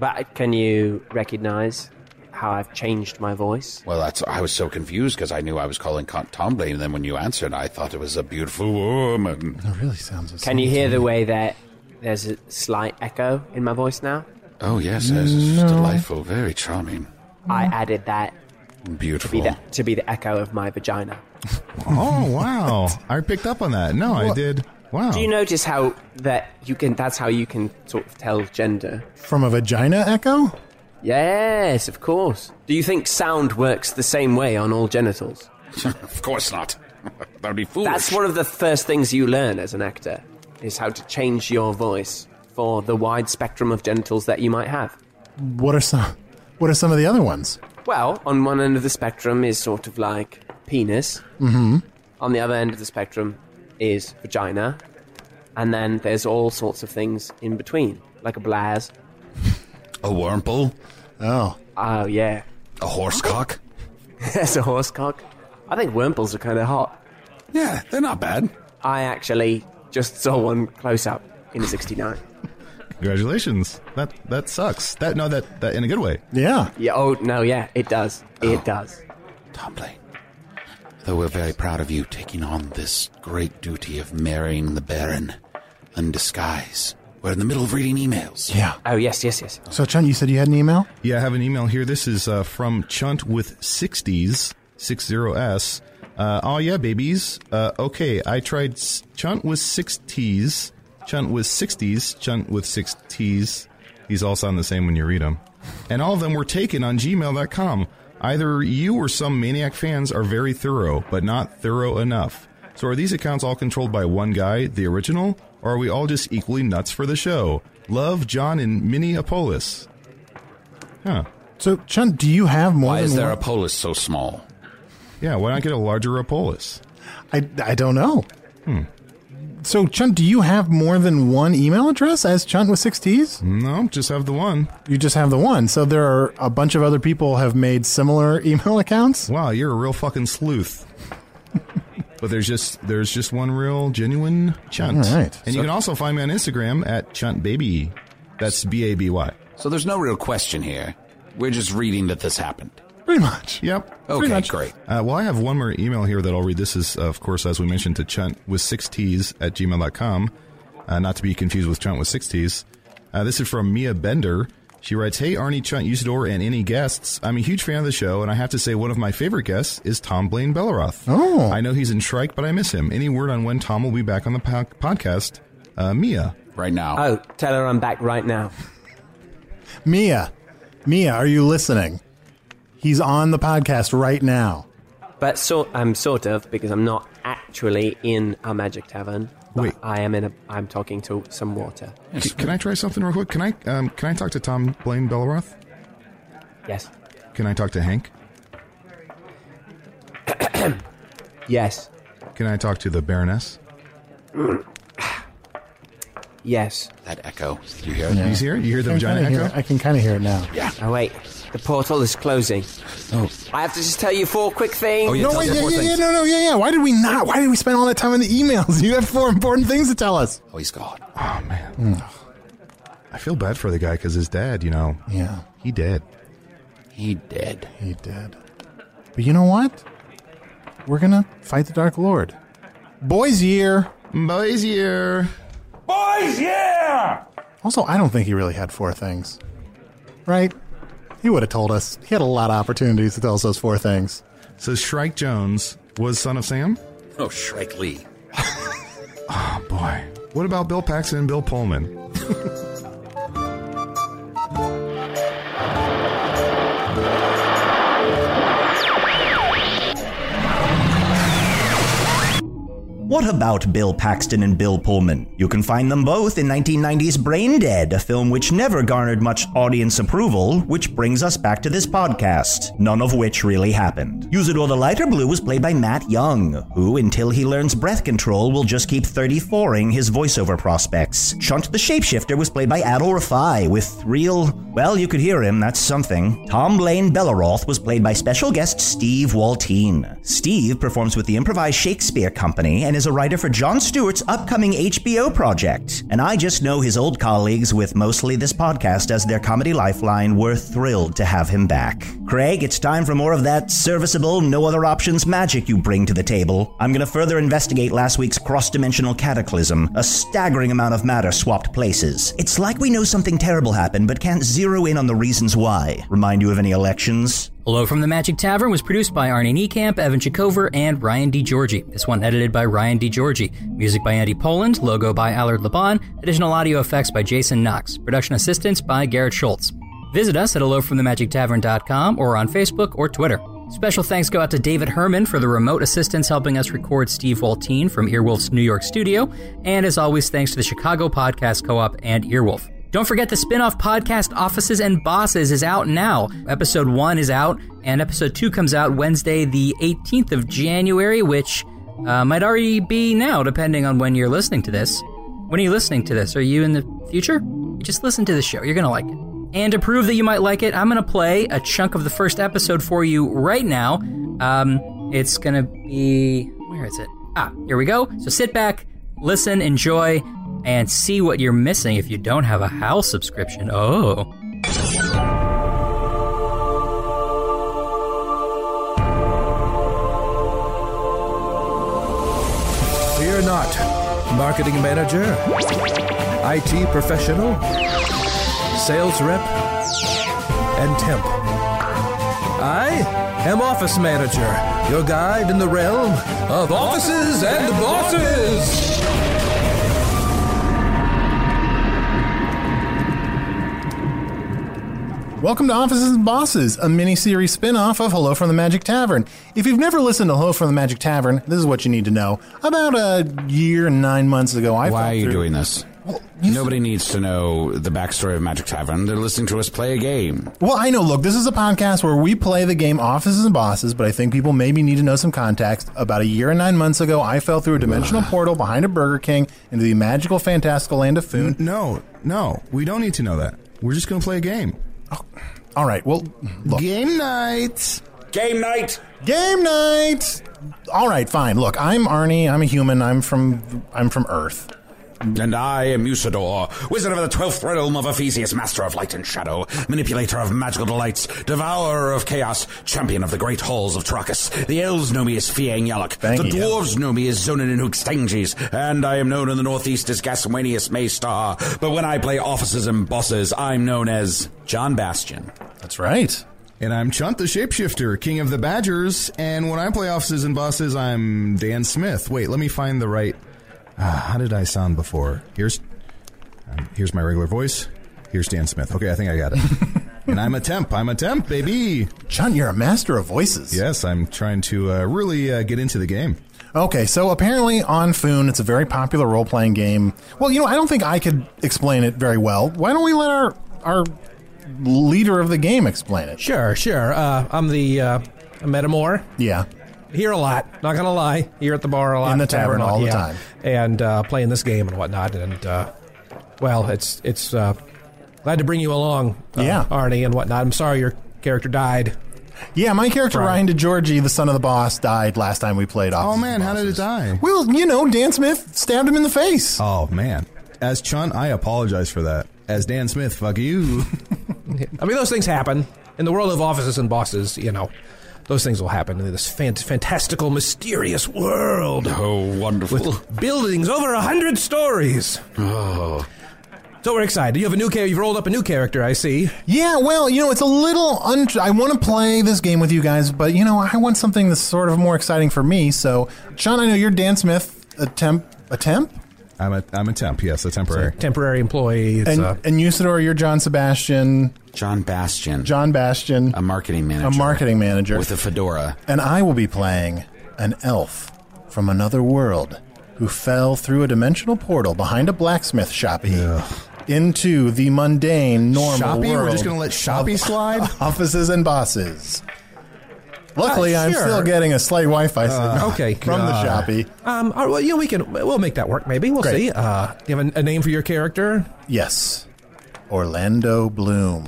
[SPEAKER 6] But can you recognize how I've changed my voice?
[SPEAKER 10] Well, that's I was so confused because I knew I was calling Con- Tom Blaine, and then when you answered, I thought it was a beautiful woman.
[SPEAKER 2] It really sounds.
[SPEAKER 6] Can you hear the way that Uh, there's a slight echo in my voice now?
[SPEAKER 10] Oh yes, yes, it's delightful, very charming,
[SPEAKER 6] I added that
[SPEAKER 10] and
[SPEAKER 6] be
[SPEAKER 10] beautiful.
[SPEAKER 6] the, to be the echo of my vagina.
[SPEAKER 3] Oh wow! I picked up on that. No, I did. Wow.
[SPEAKER 6] Do you notice how that you can? That's how you can sort of tell gender.
[SPEAKER 2] From a vagina echo?
[SPEAKER 6] Yes, of course. Do you think sound works the same way on all genitals?
[SPEAKER 10] of course not. That'd be foolish.
[SPEAKER 6] That's one of the first things you learn as an actor is how to change your voice for the wide spectrum of genitals that you might have.
[SPEAKER 2] What are some? What are some of the other ones?
[SPEAKER 6] Well, on one end of the spectrum is sort of like penis. Mm-hmm. On the other end of the spectrum is vagina. And then there's all sorts of things in between, like a blaz.
[SPEAKER 10] a wormhole,
[SPEAKER 2] Oh,
[SPEAKER 6] Oh, yeah.
[SPEAKER 10] a horsecock.
[SPEAKER 6] There's a horsecock. I think wormples are kind of hot.
[SPEAKER 10] Yeah, they're not bad.
[SPEAKER 6] I actually just saw one close up in a 69.
[SPEAKER 3] Congratulations. That that sucks. That no, that that in a good way.
[SPEAKER 2] yeah.
[SPEAKER 6] Yeah, oh, no, yeah, it does.
[SPEAKER 10] Oh,
[SPEAKER 6] It does.
[SPEAKER 10] Tom Blaine. Though we're very proud of you taking on this great duty of marrying the Baron in disguise. We're in the middle of reading emails.
[SPEAKER 2] Yeah.
[SPEAKER 6] Oh, yes, yes, yes.
[SPEAKER 2] So, Chun, you said you had an email.
[SPEAKER 3] Yeah, I have an email here. This is uh, from Chunt with 60s, 60s. Uh, oh, yeah, babies. Uh, okay, I tried s- Chunt with 6Ts, Chunt with 60s, Chunt with 6Ts. These all sound the same when you read them. And all of them were taken on gmail.com. Either you or some maniac fans are very thorough, but not thorough enough. So are these accounts all controlled by one guy, the original, or are we all just equally nuts for the show? Love John in Minneapolis. Huh.
[SPEAKER 2] So, Chun, do you have more
[SPEAKER 10] Why
[SPEAKER 2] than
[SPEAKER 10] is there a
[SPEAKER 2] one?
[SPEAKER 10] polis so small?
[SPEAKER 3] Yeah, why not get a larger Apolis?
[SPEAKER 2] I, I don't know. So, Chun, do you have more than one email address as Chun with six T's?
[SPEAKER 3] No, just have the one.
[SPEAKER 2] You just have the one. So there are a bunch of other people have made similar email accounts.
[SPEAKER 3] Wow, you're a real fucking sleuth. but there's just there's just one real genuine chunt.
[SPEAKER 2] All right.
[SPEAKER 3] And you can also find me on Instagram at chuntbaby. That's B A B Y.
[SPEAKER 10] So there's no real question here. We're just reading that this happened.
[SPEAKER 2] Pretty much.
[SPEAKER 3] Yep.
[SPEAKER 10] Okay, great.
[SPEAKER 3] Uh, well, I have one more email here that I'll read. This is, uh, of course, as we mentioned, to chunt with six T's at gmail.com. Uh, not to be confused with chunt with six T's. Uh, this is from Mia Bender. She writes, Hey, Arnie, Chunt, Usador, and any guests. I'm a huge fan of the show, and I have to say one of my favorite guests is Tom Blaine Belleroth.
[SPEAKER 2] Oh.
[SPEAKER 3] I know he's in Shrike, but I miss him. Any word on when Tom will be back on the po- podcast? Uh, Mia.
[SPEAKER 10] Right now.
[SPEAKER 6] Oh, tell her I'm back right now.
[SPEAKER 2] Mia, Mia, are you listening? He's on the podcast right now.
[SPEAKER 6] But so I'm sort of because I'm not actually in a magic tavern. But
[SPEAKER 3] Wait.
[SPEAKER 6] I am in a. I'm talking to some water.
[SPEAKER 3] C- can I try something real quick? Can I um, can I talk to Tom Blaine Belleroth?
[SPEAKER 6] Yes.
[SPEAKER 3] Can I talk to Hank?
[SPEAKER 6] Yes.
[SPEAKER 3] Can I talk to the Baroness?
[SPEAKER 6] Yes.
[SPEAKER 10] that echo. You hear it?
[SPEAKER 3] You hear? it? You hear the
[SPEAKER 2] I can
[SPEAKER 3] vagina
[SPEAKER 2] kinda hear-
[SPEAKER 3] echo?
[SPEAKER 2] I can kind of hear it now.
[SPEAKER 6] Oh wait, the portal is closing.
[SPEAKER 10] Oh.
[SPEAKER 6] I have to just tell you four quick things.
[SPEAKER 10] Oh, yeah,
[SPEAKER 2] No,
[SPEAKER 10] tell
[SPEAKER 2] wait,
[SPEAKER 10] us
[SPEAKER 2] yeah,
[SPEAKER 10] more
[SPEAKER 2] yeah, yeah,
[SPEAKER 10] things.
[SPEAKER 2] no, no, yeah, yeah. Why did we not? Why did we spend all that time in the emails? You have four important things to tell us.
[SPEAKER 10] Oh, he's gone.
[SPEAKER 3] Oh man, I feel bad for the guy because his dad, you know,
[SPEAKER 2] Yeah,
[SPEAKER 3] he dead.
[SPEAKER 10] He dead.
[SPEAKER 2] he did. But you know what? We're gonna fight the Dark Lord. Boys year.
[SPEAKER 3] Boys, here.
[SPEAKER 4] Boys, yeah!
[SPEAKER 2] Also, I don't think he really had four things. Right? He would have told us. He had a lot of opportunities to tell us those four things.
[SPEAKER 3] So Shrike Jones was son of Sam.
[SPEAKER 10] Oh, Shrike Lee.
[SPEAKER 3] Oh boy. What about Bill Paxton and Bill Pullman?
[SPEAKER 1] What about Bill Paxton and Bill Pullman? You can find them both in 1990's Brain Dead, a film which never garnered much audience approval, which brings us back to this podcast, none of which really happened. Usador the Lighter Blue was played by Matt Young, who, until he learns breath control, will just keep 34ing his voiceover prospects. Chunt the Shapeshifter was played by Adol Rafai, with real, well, you could hear him, that's something. Tom Blaine Belleroth was played by special guest Steve Waltine. Steve performs with the improvised Shakespeare Company and is a writer for Jon Stewart's upcoming HBO project. And I just know his old colleagues with mostly this podcast as their comedy lifeline were thrilled to have him back. Craig, it's time for more of that serviceable, no other options magic you bring to the table. I'm going to further investigate last week's cross dimensional cataclysm, a staggering amount of matter swapped places. It's like we know something terrible happened but can't zero in on the reasons why. Remind you of any elections?
[SPEAKER 11] Hello from the Magic Tavern was produced by Arnie Niekamp, Evan Chikover, and Ryan DiGiorgi. This one edited by Ryan DiGiorgi. Music by Andy Poland, logo by Allard Laban, additional audio effects by Jason Knox, production assistance by Garrett Schultz. Visit us at hellofromthemagictavern.com or on Facebook or Twitter. Special thanks go out to David Herman for the remote assistance helping us record Steve Waltine from Earwolf's New York studio, and as always, thanks to the Chicago Podcast Co-op and Earwolf. Don't forget the spin-off podcast Offices and Bosses is out now. Episode 1 is out and episode 2 comes out Wednesday the 18th of January, which uh, might already be now depending on when you're listening to this. When are you listening to this? Are you in the future? Just listen to the show. You're going to like it. And to prove that you might like it, I'm going to play a chunk of the first episode for you right now. Um, it's going to be. Where is it? Ah, here we go. So sit back, listen, enjoy, and see what you're missing if you don't have a HAL subscription. Oh.
[SPEAKER 12] Fear not. Marketing manager, IT professional, sales rep, and temp. I am office manager, your guide in the realm of offices and bosses.
[SPEAKER 2] Welcome to Offices and Bosses, a mini-series spin-off of Hello from the Magic Tavern. If you've never listened to Hello from the Magic Tavern, this is what you need to know. About a year and nine months ago, I
[SPEAKER 10] Why are
[SPEAKER 2] fell
[SPEAKER 10] you
[SPEAKER 2] through-
[SPEAKER 10] doing this? Nobody needs to know the backstory of Magic Tavern. They're listening to us play a game.
[SPEAKER 2] Well, I know. Look, this is a podcast where we play the game Offices and Bosses, but I think people maybe need to know some context. About a year and nine months ago, I fell through a dimensional portal behind a Burger King into the magical, fantastical land of Foon.
[SPEAKER 3] No, no, we don't need to know that. We're just going to play a game.
[SPEAKER 2] Oh, all right. Well, look.
[SPEAKER 3] game night.
[SPEAKER 10] Game night.
[SPEAKER 2] Game night. All right, fine. Look, I'm Arnie. I'm a human. I'm from I'm from Earth.
[SPEAKER 10] And I am Usador, wizard of the twelfth realm of Ephesius, master of light and shadow, manipulator of magical delights, devourer of chaos, champion of the great halls of Trakas. The elves know me as Fiang Yalak. The
[SPEAKER 2] you.
[SPEAKER 10] dwarves know me as Zonin and Hookstanges, and I am known in the northeast as Gaswanius Maystar. But when I play officers and bosses, I'm known as John Bastion.
[SPEAKER 2] That's right.
[SPEAKER 3] And I'm Chunt the Shapeshifter, King of the Badgers. And when I play offices and bosses, I'm Dan Smith. Wait, let me find the right. Ah, how did I sound before? Here's um, here's my regular voice. Here's Dan Smith. Okay, I think I got it. and I'm a temp. I'm a temp, baby.
[SPEAKER 2] John, you're a master of voices.
[SPEAKER 3] Yes, I'm trying to uh, really uh, get into the game.
[SPEAKER 2] Okay, so apparently on Foon, it's a very popular role playing game. Well, you know, I don't think I could explain it very well. Why don't we let our our leader of the game explain it?
[SPEAKER 13] Sure, sure. Uh, I'm the uh, Metamore.
[SPEAKER 2] Yeah.
[SPEAKER 13] Here a lot. Not gonna lie. Here at the bar a lot.
[SPEAKER 2] In the tavern all the
[SPEAKER 13] yeah.
[SPEAKER 2] time.
[SPEAKER 13] And uh, playing this game and whatnot. And uh, well, it's it's uh, glad to bring you along. Uh,
[SPEAKER 2] Yeah.
[SPEAKER 13] Arnie and whatnot. I'm sorry your character died.
[SPEAKER 2] Yeah, my character
[SPEAKER 13] Brian.
[SPEAKER 2] Ryan DeGiorgi, the son of the boss, died last time we played off.
[SPEAKER 3] Oh man, how did it die?
[SPEAKER 2] Well, you know, Dan Smith stabbed him in the face.
[SPEAKER 3] Oh man. As Chunt, I apologize for that. As Dan Smith, fuck you.
[SPEAKER 13] I mean, those things happen in the world of offices and bosses. You know, those things will happen in this fant- fantastical, mysterious world.
[SPEAKER 10] Oh, wonderful.
[SPEAKER 13] With buildings over a hundred stories.
[SPEAKER 10] Oh.
[SPEAKER 13] So we're excited. You have a new character. You've rolled up a new character. I see.
[SPEAKER 2] Yeah, well, you know, it's a little. Un- I want to play this game with you guys, but you know, I want something that's sort of more exciting for me. So, Sean, I know you're Dan Smith. Attempt, attempt,
[SPEAKER 3] I'm a I'm a temp. Yes, a temporary.
[SPEAKER 13] temporary employee. It's,
[SPEAKER 2] and
[SPEAKER 13] uh,
[SPEAKER 2] and Usador, you're John Sebastian,
[SPEAKER 10] John Bastion.
[SPEAKER 2] John Bastion,
[SPEAKER 10] a marketing manager.
[SPEAKER 2] a marketing manager,
[SPEAKER 10] With a fedora.
[SPEAKER 2] and I will be playing an elf from another world who fell through a dimensional portal behind a blacksmith shoppy into the mundane normal
[SPEAKER 3] Shoppy? We're
[SPEAKER 2] world
[SPEAKER 3] just gonna let Shoppy
[SPEAKER 2] of
[SPEAKER 3] slide?
[SPEAKER 2] offices and bosses. Luckily,
[SPEAKER 13] Uh,
[SPEAKER 2] I'm
[SPEAKER 13] sure. Uh,
[SPEAKER 2] still getting a slight Wi-Fi
[SPEAKER 10] Uh,
[SPEAKER 2] signal
[SPEAKER 13] okay,
[SPEAKER 2] from the
[SPEAKER 13] God.
[SPEAKER 2] shoppy.
[SPEAKER 13] Um, all right, well, you know, we can we'll make that work. Maybe we'll
[SPEAKER 2] Great.
[SPEAKER 13] see. Uh, do you have a, a name for your character?
[SPEAKER 2] Yes, Orlando Bloom.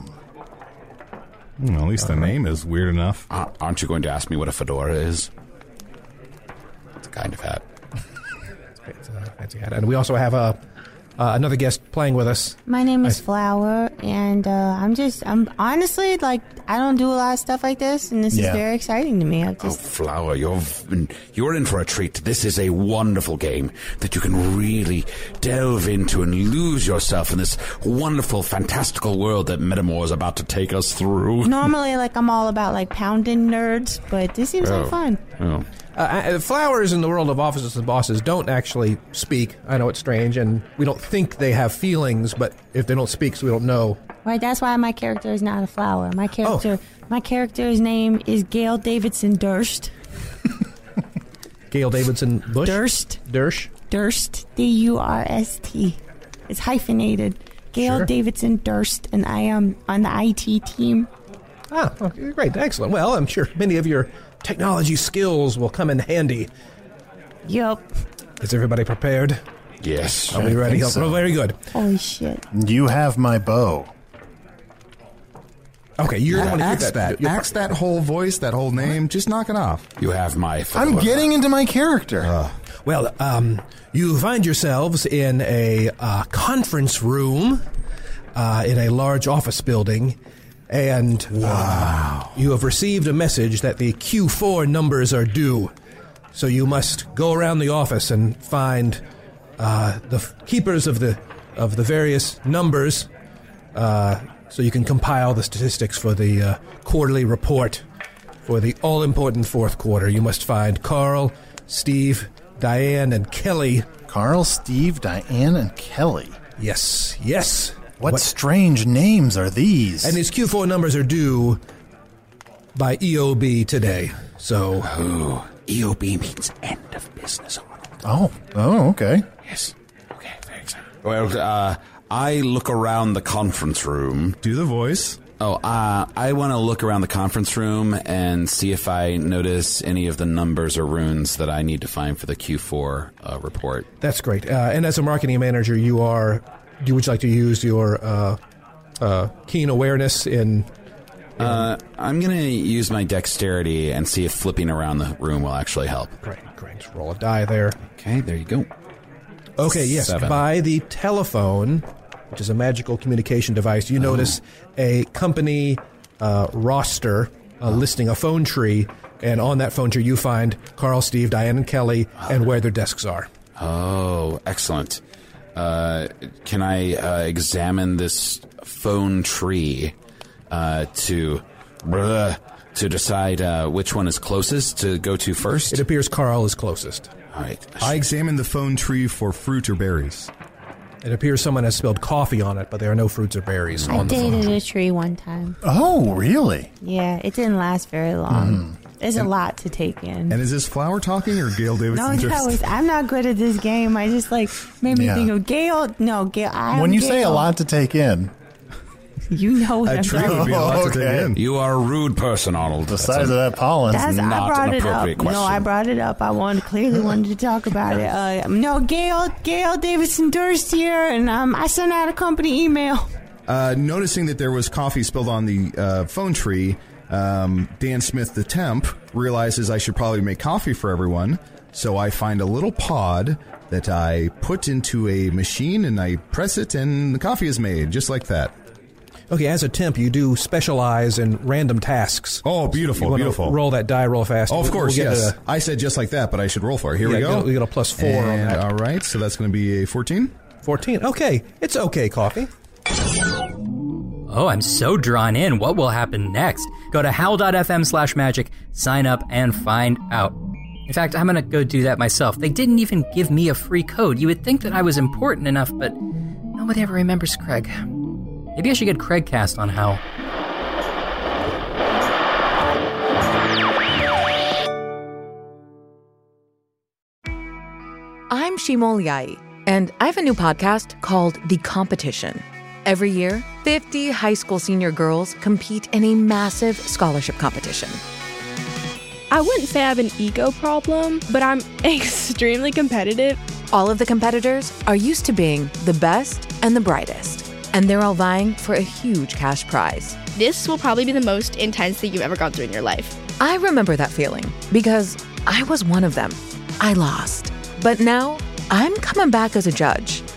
[SPEAKER 3] Hmm, at least the name is weird enough.
[SPEAKER 10] Ar- Uh, Aren't you going to ask me what a fedora is? It's a kind of hat.
[SPEAKER 13] It's, uh, that's it. And we also have a uh, another guest playing with us.
[SPEAKER 14] My name is
[SPEAKER 13] I-
[SPEAKER 14] Flower, and uh, I'm just, I'm honestly like, I don't do a lot of stuff like this, and this
[SPEAKER 10] Yeah.
[SPEAKER 14] is very exciting to me. I
[SPEAKER 10] Oh,
[SPEAKER 14] just,
[SPEAKER 10] Flower, you're v- you're in for a treat. This is a wonderful game that you can really delve into and lose yourself in this wonderful, fantastical world that Metamore is about to take us
[SPEAKER 13] Oh.
[SPEAKER 10] through.
[SPEAKER 14] normally, like, I'm all about like pounding nerds, but this seems
[SPEAKER 10] Oh.
[SPEAKER 14] like fun.
[SPEAKER 10] Oh.
[SPEAKER 13] Uh, uh, flowers in the world of offices and bosses don't actually speak. I know it's strange, and we don't think they have feelings, but if they don't speak, so we don't know.
[SPEAKER 14] Right, that's why my character is not a flower.
[SPEAKER 13] Oh.
[SPEAKER 14] My character, my character's name is Gail Davidson Durst.
[SPEAKER 13] Gail Davidson Bush?
[SPEAKER 14] Durst.
[SPEAKER 13] Dursh?
[SPEAKER 14] Durst, D U R S T. It's hyphenated. Gail
[SPEAKER 13] Sure.
[SPEAKER 14] Davidson Durst, and I am on the IT team.
[SPEAKER 13] Ah, okay, great. Excellent. Well, I'm sure many of your technology skills will come in handy.
[SPEAKER 14] Yup.
[SPEAKER 13] Is everybody prepared?
[SPEAKER 10] Yes.
[SPEAKER 13] Are we ready?
[SPEAKER 2] think so.
[SPEAKER 13] Well, very good.
[SPEAKER 14] Holy shit.
[SPEAKER 2] You have my bow.
[SPEAKER 13] Okay, you're the one who did
[SPEAKER 3] Axe that. Axe that whole voice, that whole name. Just knock it off.
[SPEAKER 10] You have my fedora.
[SPEAKER 2] I'm getting into my character.
[SPEAKER 13] Well, um, you find yourselves in a uh, conference room uh, in a large office building, and wow. you have received a message that the Q4 numbers are due. So you must go around the office and find uh, the f- keepers of the of the various numbers, uh, so you can compile the statistics for the uh, quarterly report for the all important fourth quarter. You must find Carl, Steve, Diane, and Kelly.
[SPEAKER 2] Carl, Steve, Diane, and Kelly.
[SPEAKER 13] Yes, yes.
[SPEAKER 2] What, strange names are these?
[SPEAKER 13] And his Q4 numbers are due by EOB today. So
[SPEAKER 5] EOB E means end of business. Arnold.
[SPEAKER 2] Oh, oh, okay.
[SPEAKER 5] Yes. Okay. Thanks. Well, uh, I look around the conference room.
[SPEAKER 3] Do the voice.
[SPEAKER 5] Oh, uh, I want to look around the conference room and see if I notice any of the numbers or runes that I need to find for the Q4 uh, report.
[SPEAKER 13] That's great. Uh, and as a marketing manager, you are. You would you like to use your uh, uh, keen awareness in?
[SPEAKER 5] Uh, I'm going to use my dexterity and see if flipping around the room will actually help.
[SPEAKER 13] Great, great. Just roll a die there.
[SPEAKER 5] Okay, there you go.
[SPEAKER 13] Okay, yes.
[SPEAKER 5] Seven.
[SPEAKER 13] By the telephone, which is a magical communication device,
[SPEAKER 3] Oh.
[SPEAKER 13] you notice a company uh, roster uh, listing a phone tree, and on that phone tree, you find Carl, Steve, Diane, and Kelly, and where their desks are.
[SPEAKER 5] Oh, excellent. Uh, can I uh, examine this phone tree uh, to bruh, to decide uh, which one is closest to go to first?
[SPEAKER 13] It appears Carl is closest.
[SPEAKER 5] All right.
[SPEAKER 3] I examined the phone tree for fruit or berries.
[SPEAKER 13] It appears someone has spilled coffee on it, but there are no fruits or berries
[SPEAKER 14] I
[SPEAKER 13] on the phone.
[SPEAKER 14] dated a tree one time.
[SPEAKER 2] Oh, really?
[SPEAKER 14] Yeah, it didn't last very long.
[SPEAKER 2] Mm-hmm.
[SPEAKER 14] There's a lot to take in.
[SPEAKER 3] And is this flower talking or Gail Davidson?
[SPEAKER 14] No,
[SPEAKER 3] just-
[SPEAKER 14] that was, I'm not good at this game. I just like made me
[SPEAKER 2] Yeah.
[SPEAKER 14] think of Gail. No, Gail. I'm
[SPEAKER 2] when you say a
[SPEAKER 14] Gail.
[SPEAKER 2] lot to take in,
[SPEAKER 14] you know what I'm talking about.
[SPEAKER 5] You are a rude person, Arnold. The
[SPEAKER 2] size of that pollen
[SPEAKER 14] That's, I brought it up. No, I brought it up. I wanted clearly wanted to talk about it. Uh, no, Gail, Gail Davidson Durst here, and um, I sent out a company email.
[SPEAKER 3] Uh, noticing that there was coffee spilled on the uh, phone tree, um, Dan Smith, the temp, realizes I should probably make coffee for everyone. So I find a little pod that I put into a machine and I press it, and the coffee is made just like that.
[SPEAKER 13] Okay, as a temp, you do specialize in random tasks.
[SPEAKER 3] Oh,
[SPEAKER 13] You
[SPEAKER 3] beautiful,
[SPEAKER 13] wanna
[SPEAKER 3] beautiful.
[SPEAKER 13] Roll that die real fast.
[SPEAKER 3] Oh, of
[SPEAKER 13] We'll-
[SPEAKER 3] course,
[SPEAKER 13] we'll get
[SPEAKER 3] yes.
[SPEAKER 13] a-
[SPEAKER 3] I said just like that, but I should roll for it. Here
[SPEAKER 13] Yeah,
[SPEAKER 3] we go.
[SPEAKER 13] get- we got a plus four on
[SPEAKER 3] And,
[SPEAKER 13] that.
[SPEAKER 3] All right, so that's going to be a 14.
[SPEAKER 13] 14. Okay, it's okay coffee.
[SPEAKER 11] Oh, I'm so drawn in. What will happen next? Go to howl.fm slash magic, sign up, and find out. In fact, I'm going to go do that myself. They didn't even give me a free code. You would think that I was important enough, but nobody ever remembers Craig. Maybe I should get Craigcast on Howl.
[SPEAKER 15] I'm Shimoliai, and I have a new podcast called The Competition. Every year, 50 high school senior girls compete in a massive scholarship competition.
[SPEAKER 16] I wouldn't say I have an ego problem, but I'm extremely competitive.
[SPEAKER 15] All of the competitors are used to being the best and the brightest, and they're all vying for a huge cash prize.
[SPEAKER 16] This will probably be the most intense that you've ever gone through in your life.
[SPEAKER 15] I remember that feeling because I was one of them. I lost. But now I'm coming back as a judge